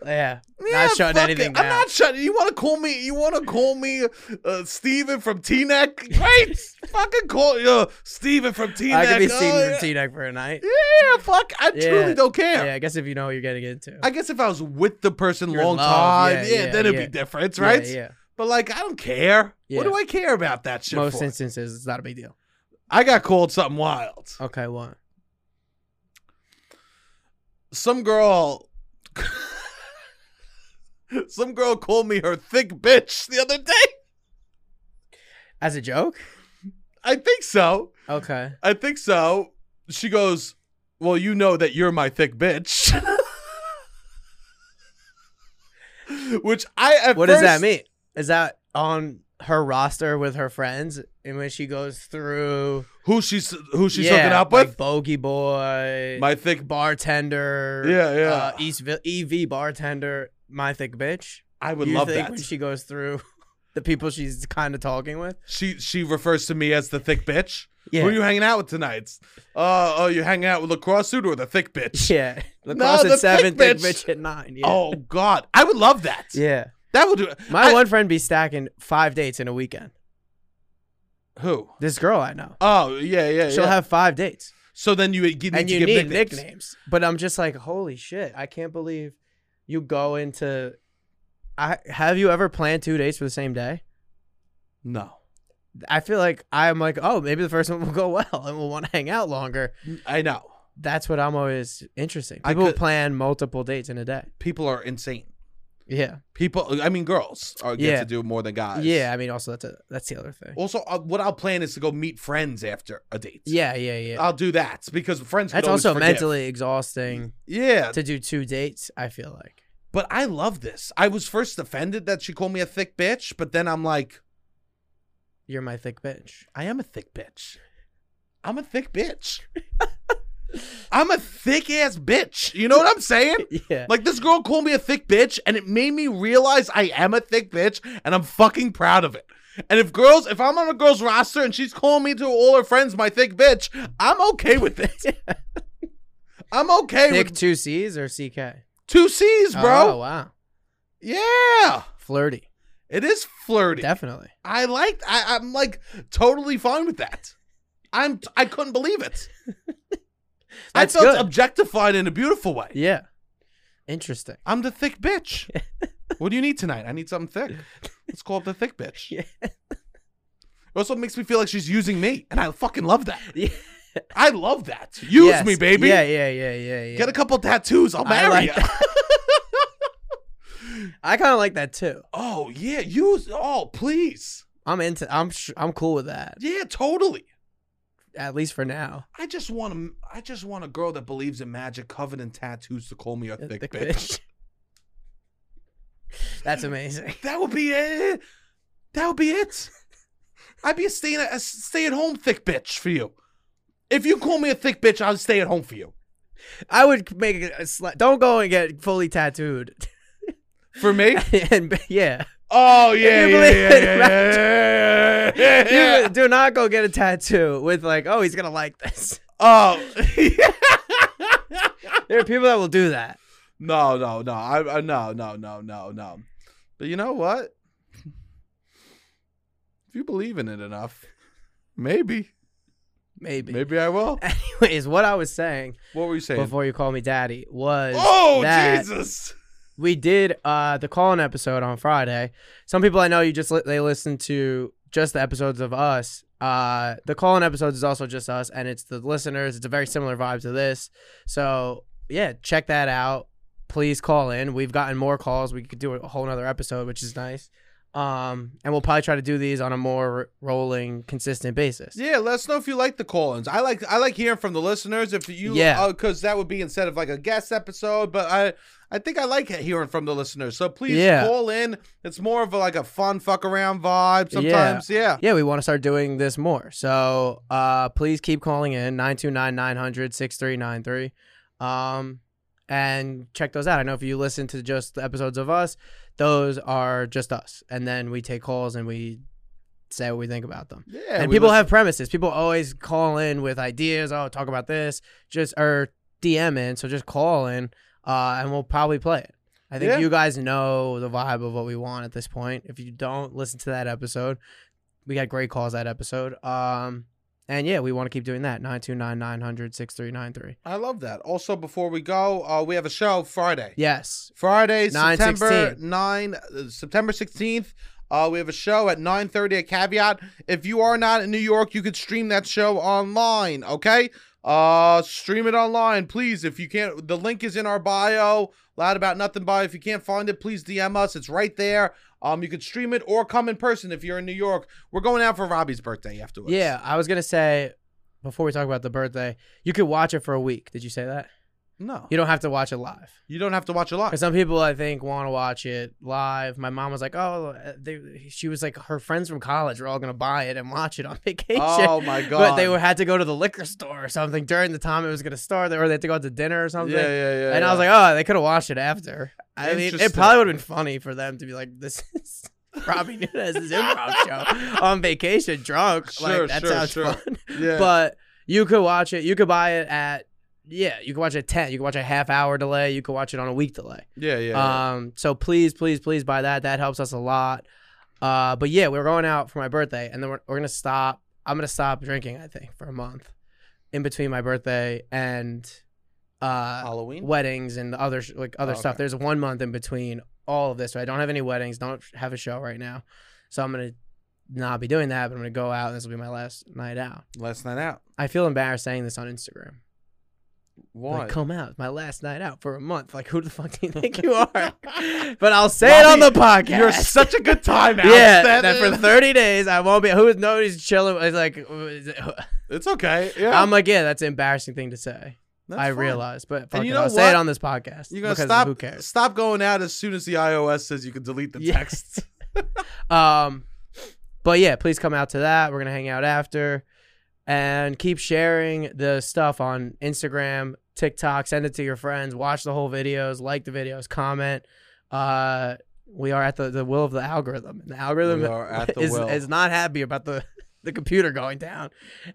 Speaker 2: Yeah.
Speaker 1: Yeah,
Speaker 2: not shutting
Speaker 1: fuck it.
Speaker 2: anything
Speaker 1: I'm
Speaker 2: down.
Speaker 1: not shutting. You want to call me? You want to call me uh, Steven from T Neck? Great, fucking call you uh, Steven from T
Speaker 2: I
Speaker 1: Neck.
Speaker 2: could be seen
Speaker 1: oh, yeah.
Speaker 2: from T-Deck for a night.
Speaker 1: Yeah, fuck. I
Speaker 2: Yeah.
Speaker 1: truly don't care.
Speaker 2: Yeah. I guess if you know what you're getting into.
Speaker 1: I guess if I was with the person
Speaker 2: You're in
Speaker 1: long
Speaker 2: love.
Speaker 1: time,
Speaker 2: Yeah,
Speaker 1: yeah,
Speaker 2: yeah,
Speaker 1: then it'd
Speaker 2: yeah.
Speaker 1: be different,
Speaker 2: Yeah,
Speaker 1: right?
Speaker 2: Yeah.
Speaker 1: But like, I don't care.
Speaker 2: Yeah.
Speaker 1: What do I care about that shit?
Speaker 2: Most
Speaker 1: for?
Speaker 2: instances, it's not a big deal.
Speaker 1: I got called something wild.
Speaker 2: Okay, what?
Speaker 1: Some girl. Some girl called me her thick bitch the other day.
Speaker 2: As a joke?
Speaker 1: I think so.
Speaker 2: Okay.
Speaker 1: I think so. She goes, Well, you know that you're my thick bitch. Which I at
Speaker 2: What does that
Speaker 1: first-
Speaker 2: mean? Is that on her roster with her friends? And when she goes through,
Speaker 1: Who she's who she's
Speaker 2: yeah,
Speaker 1: hooking up
Speaker 2: like
Speaker 1: with?
Speaker 2: Bogey Boy,
Speaker 1: my thick
Speaker 2: bartender,
Speaker 1: Yeah, yeah.
Speaker 2: uh, Eastville EV bartender, my thick bitch.
Speaker 1: I would
Speaker 2: you
Speaker 1: love
Speaker 2: think
Speaker 1: that.
Speaker 2: when
Speaker 1: She,
Speaker 2: she goes ththrough the people she's kind of talking with?
Speaker 1: she refers to me as the thick bitch.
Speaker 2: Yeah,
Speaker 1: Who are you hanging out with tonight? Uh, oh, you hanging out with lacrosse suit or the thick bitch?
Speaker 2: yeah.
Speaker 1: No,
Speaker 2: Lacrosse
Speaker 1: the
Speaker 2: at
Speaker 1: thick
Speaker 2: seven, thick
Speaker 1: bitch.
Speaker 2: bitch at nine. Yeah.
Speaker 1: Oh God, I would love that.
Speaker 2: yeah.
Speaker 1: That would do. it.
Speaker 2: My
Speaker 1: I-
Speaker 2: one friend be stacking five dates in a weekend.
Speaker 1: Who?
Speaker 2: This girl I know,
Speaker 1: Oh yeah, yeah.
Speaker 2: she'll
Speaker 1: yeah.
Speaker 2: have five dates.
Speaker 1: so then you, you need
Speaker 2: and
Speaker 1: to
Speaker 2: you
Speaker 1: give
Speaker 2: need
Speaker 1: nicknames.
Speaker 2: nicknames. But I'm just like, holy shit! I can't believe you go into. I have you ever planned two dates for the same day?
Speaker 1: No,
Speaker 2: I feel like I'm like, oh, maybe the first one will go well and we'll want to hang out longer.
Speaker 1: I know.
Speaker 2: That's what I'm always interesting.
Speaker 1: I
Speaker 2: People
Speaker 1: could-
Speaker 2: plan multiple dates in a day.
Speaker 1: People are insane.
Speaker 2: Yeah,
Speaker 1: People, I mean, girls are get
Speaker 2: Yeah.
Speaker 1: to do more than guys.
Speaker 2: yeah. I mean, also that's a that's the other thing.
Speaker 1: Also, uh, what I'll plan is to go meet friends after a date.
Speaker 2: yeah, yeah, yeah.
Speaker 1: I'll do that because friends. could
Speaker 2: that's
Speaker 1: always
Speaker 2: also
Speaker 1: forgive. Mm.
Speaker 2: mentally exhausting
Speaker 1: Yeah,
Speaker 2: to do two dates. I feel like.
Speaker 1: But I love this. I was first offended that she called me a thick bitch, but then I'm like,
Speaker 2: You're my thick bitch.
Speaker 1: I am a thick bitch. I'm a thick bitch. I'm a thick ass bitch. You know what I'm saying?
Speaker 2: Yeah.
Speaker 1: Like this girl called me a thick bitch and it made me realize I am a thick bitch and I'm fucking proud of it. And if girls, if I'm on a girl's roster and she's calling me to all her friends my thick bitch, I'm okay with it. I'm okay
Speaker 2: thick
Speaker 1: with
Speaker 2: two C's or CK?
Speaker 1: two C's,
Speaker 2: Oh,
Speaker 1: bro.
Speaker 2: wow.
Speaker 1: Yeah.
Speaker 2: Flirty.
Speaker 1: It is flirty.
Speaker 2: Definitely.
Speaker 1: I liked. I, I'm like totally fine with that. I'm. I couldn't believe it. I
Speaker 2: That's
Speaker 1: felt
Speaker 2: good.
Speaker 1: objectified in a beautiful way.
Speaker 2: Yeah. Interesting.
Speaker 1: I'm the thick bitch. what do you need tonight? I need something thick. Let's call up the thick bitch.
Speaker 2: Yeah.
Speaker 1: It also makes me feel like she's using me, and I fucking love that.
Speaker 2: Yeah.
Speaker 1: I love that. Use
Speaker 2: Yes.
Speaker 1: me, baby.
Speaker 2: Yeah, yeah, yeah, yeah, yeah.
Speaker 1: Get a couple tattoos. I'll
Speaker 2: I
Speaker 1: marry
Speaker 2: like
Speaker 1: you.
Speaker 2: I kind of like that too.
Speaker 1: Oh yeah, use. Oh please.
Speaker 2: I'm into. I'm. Sh- I'm cool with that.
Speaker 1: Yeah, totally.
Speaker 2: At least for now.
Speaker 1: I just want a, I just want a girl that believes in magic, covered in tattoos, to call me a thick,
Speaker 2: Uh, Thick
Speaker 1: bitch.
Speaker 2: bitch. That's amazing.
Speaker 1: That would be it. That would be it. I'd be a stay a stay at home thick bitch for you. If you call me a thick bitch, I'll stay at home for you.
Speaker 2: I would make it a sli- don't go and get fully tattooed.
Speaker 1: For me?
Speaker 2: and yeah,
Speaker 1: Oh yeah, yeah,
Speaker 2: If you believe
Speaker 1: yeah,
Speaker 2: in
Speaker 1: yeah,
Speaker 2: magic.
Speaker 1: yeah, yeah, yeah,
Speaker 2: You
Speaker 1: yeah.
Speaker 2: do not go get a tattoo with like, oh, he's gonna like this.
Speaker 1: Oh.
Speaker 2: There are people that will do that.
Speaker 1: No, no, no. I, I no, no, no, no, no. But you know what? If you believe in it enough, maybe,
Speaker 2: Maybe.
Speaker 1: maybe I will.
Speaker 2: Anyways, what I was saying
Speaker 1: What were you saying?
Speaker 2: before you called me daddy was
Speaker 1: oh
Speaker 2: that
Speaker 1: Jesus!
Speaker 2: we did uh the call-in episode on Friday. Some people I know you just li- they listen to just the episodes of us. Uh the call-in episodes is also just us and it's the listeners. It's a very similar vibe to this. So, yeah, check that out. Please call in. We've gotten more calls. We could do a whole nother episode, which is nice. Um and we'll probably try to do these on a more r- rolling consistent basis.
Speaker 1: Yeah, let us know if you like the call-ins. I like I like hearing from the listeners. If you,
Speaker 2: Yeah.
Speaker 1: because that would be instead of like a guest episode. But I I think I like hearing from the listeners. So please
Speaker 2: Yeah.
Speaker 1: call in. It's more of a, like a fun fuck around vibe sometimes. Yeah.
Speaker 2: yeah, we want to start doing this more. So uh, please keep calling in 929 900 6393 um, and check those out. I know if you listen to just the episodes of us, those are just us. And then we take calls and we say what we think about them.
Speaker 1: Yeah.
Speaker 2: and
Speaker 1: we
Speaker 2: people
Speaker 1: listen-
Speaker 2: have premises. People always call in with ideas. Oh, talk about this. Just or DM in. So just call in, uh, and we'll probably play it. I think
Speaker 1: Yeah.
Speaker 2: you guys know the vibe of what we want at this point. If you don't listen to that episode, we got great calls that episode. Um, and yeah, we want to keep doing that. 929 900 6393.
Speaker 1: I love that. Also, before we go, uh, we have a show Friday.
Speaker 2: Yes.
Speaker 1: Friday,
Speaker 2: 9,
Speaker 1: September
Speaker 2: 16.
Speaker 1: 9, uh, September 16th. Uh, we have a show at 9.30 at Caveat. If you are not in New York, you could stream that show online, okay? Uh, stream it online, please. If you can't, the link is in our bio. Loud about nothing bio. If you can't find it, please DM us. It's right there. Um, you could stream it or come in person if you're in New York. We're going out for Robbie's birthday afterwards.
Speaker 2: Yeah, I was gonna say before we talk about the birthday, you could watch it for a week. Did you say that?
Speaker 1: No,
Speaker 2: You don't have to watch it live.
Speaker 1: you don't have to watch a lot.
Speaker 2: Because some people I think want to watch it live. My mom was like, "Oh, uh, they, she was like, her friends from college were all gonna buy it and watch it on vacation."
Speaker 1: Oh my god!
Speaker 2: But they were, had to go to the liquor store or something during the time it was gonna start, or they had to go out to dinner or
Speaker 1: Yeah,
Speaker 2: something.
Speaker 1: yeah, yeah.
Speaker 2: and I was like, "Oh, they could have watched it after." I mean,
Speaker 1: Interesting.
Speaker 2: it probably would have been funny for them to be like, "This is." Robbie Nunez's improv show on vacation, drunk.
Speaker 1: Sure,
Speaker 2: like that
Speaker 1: sure,
Speaker 2: sounds
Speaker 1: sure.
Speaker 2: fun
Speaker 1: like, yeah.
Speaker 2: but you could watch it. You could buy it at yeah. You could watch it at ten. You could watch a half hour delay. You could watch it on a week delay.
Speaker 1: yeah, yeah, yeah.
Speaker 2: Um. So please, please, please buy that. That helps us a lot. Uh. But yeah, we're going out for my birthday, and then we're, we're gonna stop. I'm gonna stop drinking. I think for a month, in between my birthday and uh
Speaker 1: Halloween.
Speaker 2: weddings and the other sh- like other
Speaker 1: Oh,
Speaker 2: stuff.
Speaker 1: okay.
Speaker 2: There's one month in between all of this. So I don't have any weddings. Don't have a show right now. So I'm gonna not be doing that. But I'm gonna go out. and This will be my last night out.
Speaker 1: Last night out.
Speaker 2: I feel embarrassed saying this on Instagram.
Speaker 1: Why?
Speaker 2: Like, come out, my last night out for a month. Like, who the fuck do you think you are? but I'll say it on the podcast.
Speaker 1: You're such a good time out.
Speaker 2: yeah.
Speaker 1: Stan.
Speaker 2: That, for thirty days, I won't be. Who? Nobody's chilling. It's like, uh,
Speaker 1: it's okay. Yeah,
Speaker 2: I'm like, yeah, that's an embarrassing thing to say.
Speaker 1: That's
Speaker 2: I
Speaker 1: fine.
Speaker 2: realize, but fuck
Speaker 1: you
Speaker 2: it,
Speaker 1: know
Speaker 2: I'll say
Speaker 1: what?
Speaker 2: it on this podcast.
Speaker 1: You're gonna
Speaker 2: because
Speaker 1: stop.
Speaker 2: Who cares?
Speaker 1: Stop going out as soon as the iOS says you can delete the
Speaker 2: Yes.
Speaker 1: text.
Speaker 2: Um, but yeah, please come out to that. We're gonna hang out after, and keep sharing the stuff on Instagram, TikTok. Send it to your friends. Watch the whole videos. Like the videos. Comment. Uh, we are at the, the will of the algorithm. And the algorithm
Speaker 1: We are at the
Speaker 2: is
Speaker 1: will.
Speaker 2: is not happy about the the computer going down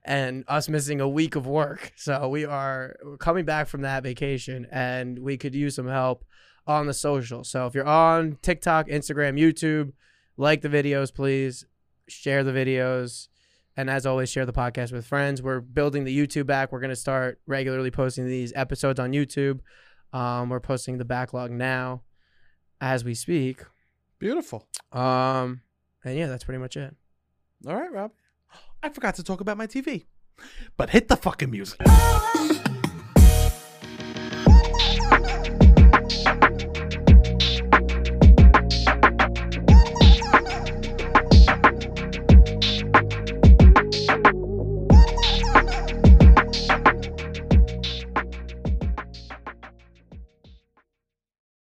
Speaker 2: and us missing a week of work. So we are we're coming back from that vacation, and we could use some help on the social. So if you're on TikTok, Instagram, YouTube, like the videos, please share the videos. And as always, share the podcast with friends. We're building the YouTube back. We're going to start regularly posting these episodes on YouTube. Um, we're posting the backlog now as we speak.
Speaker 1: Beautiful.
Speaker 2: Um, and yeah, that's pretty much it.
Speaker 1: All right, Rob. I forgot to talk about my TV, but hit the fucking music.
Speaker 3: Oh,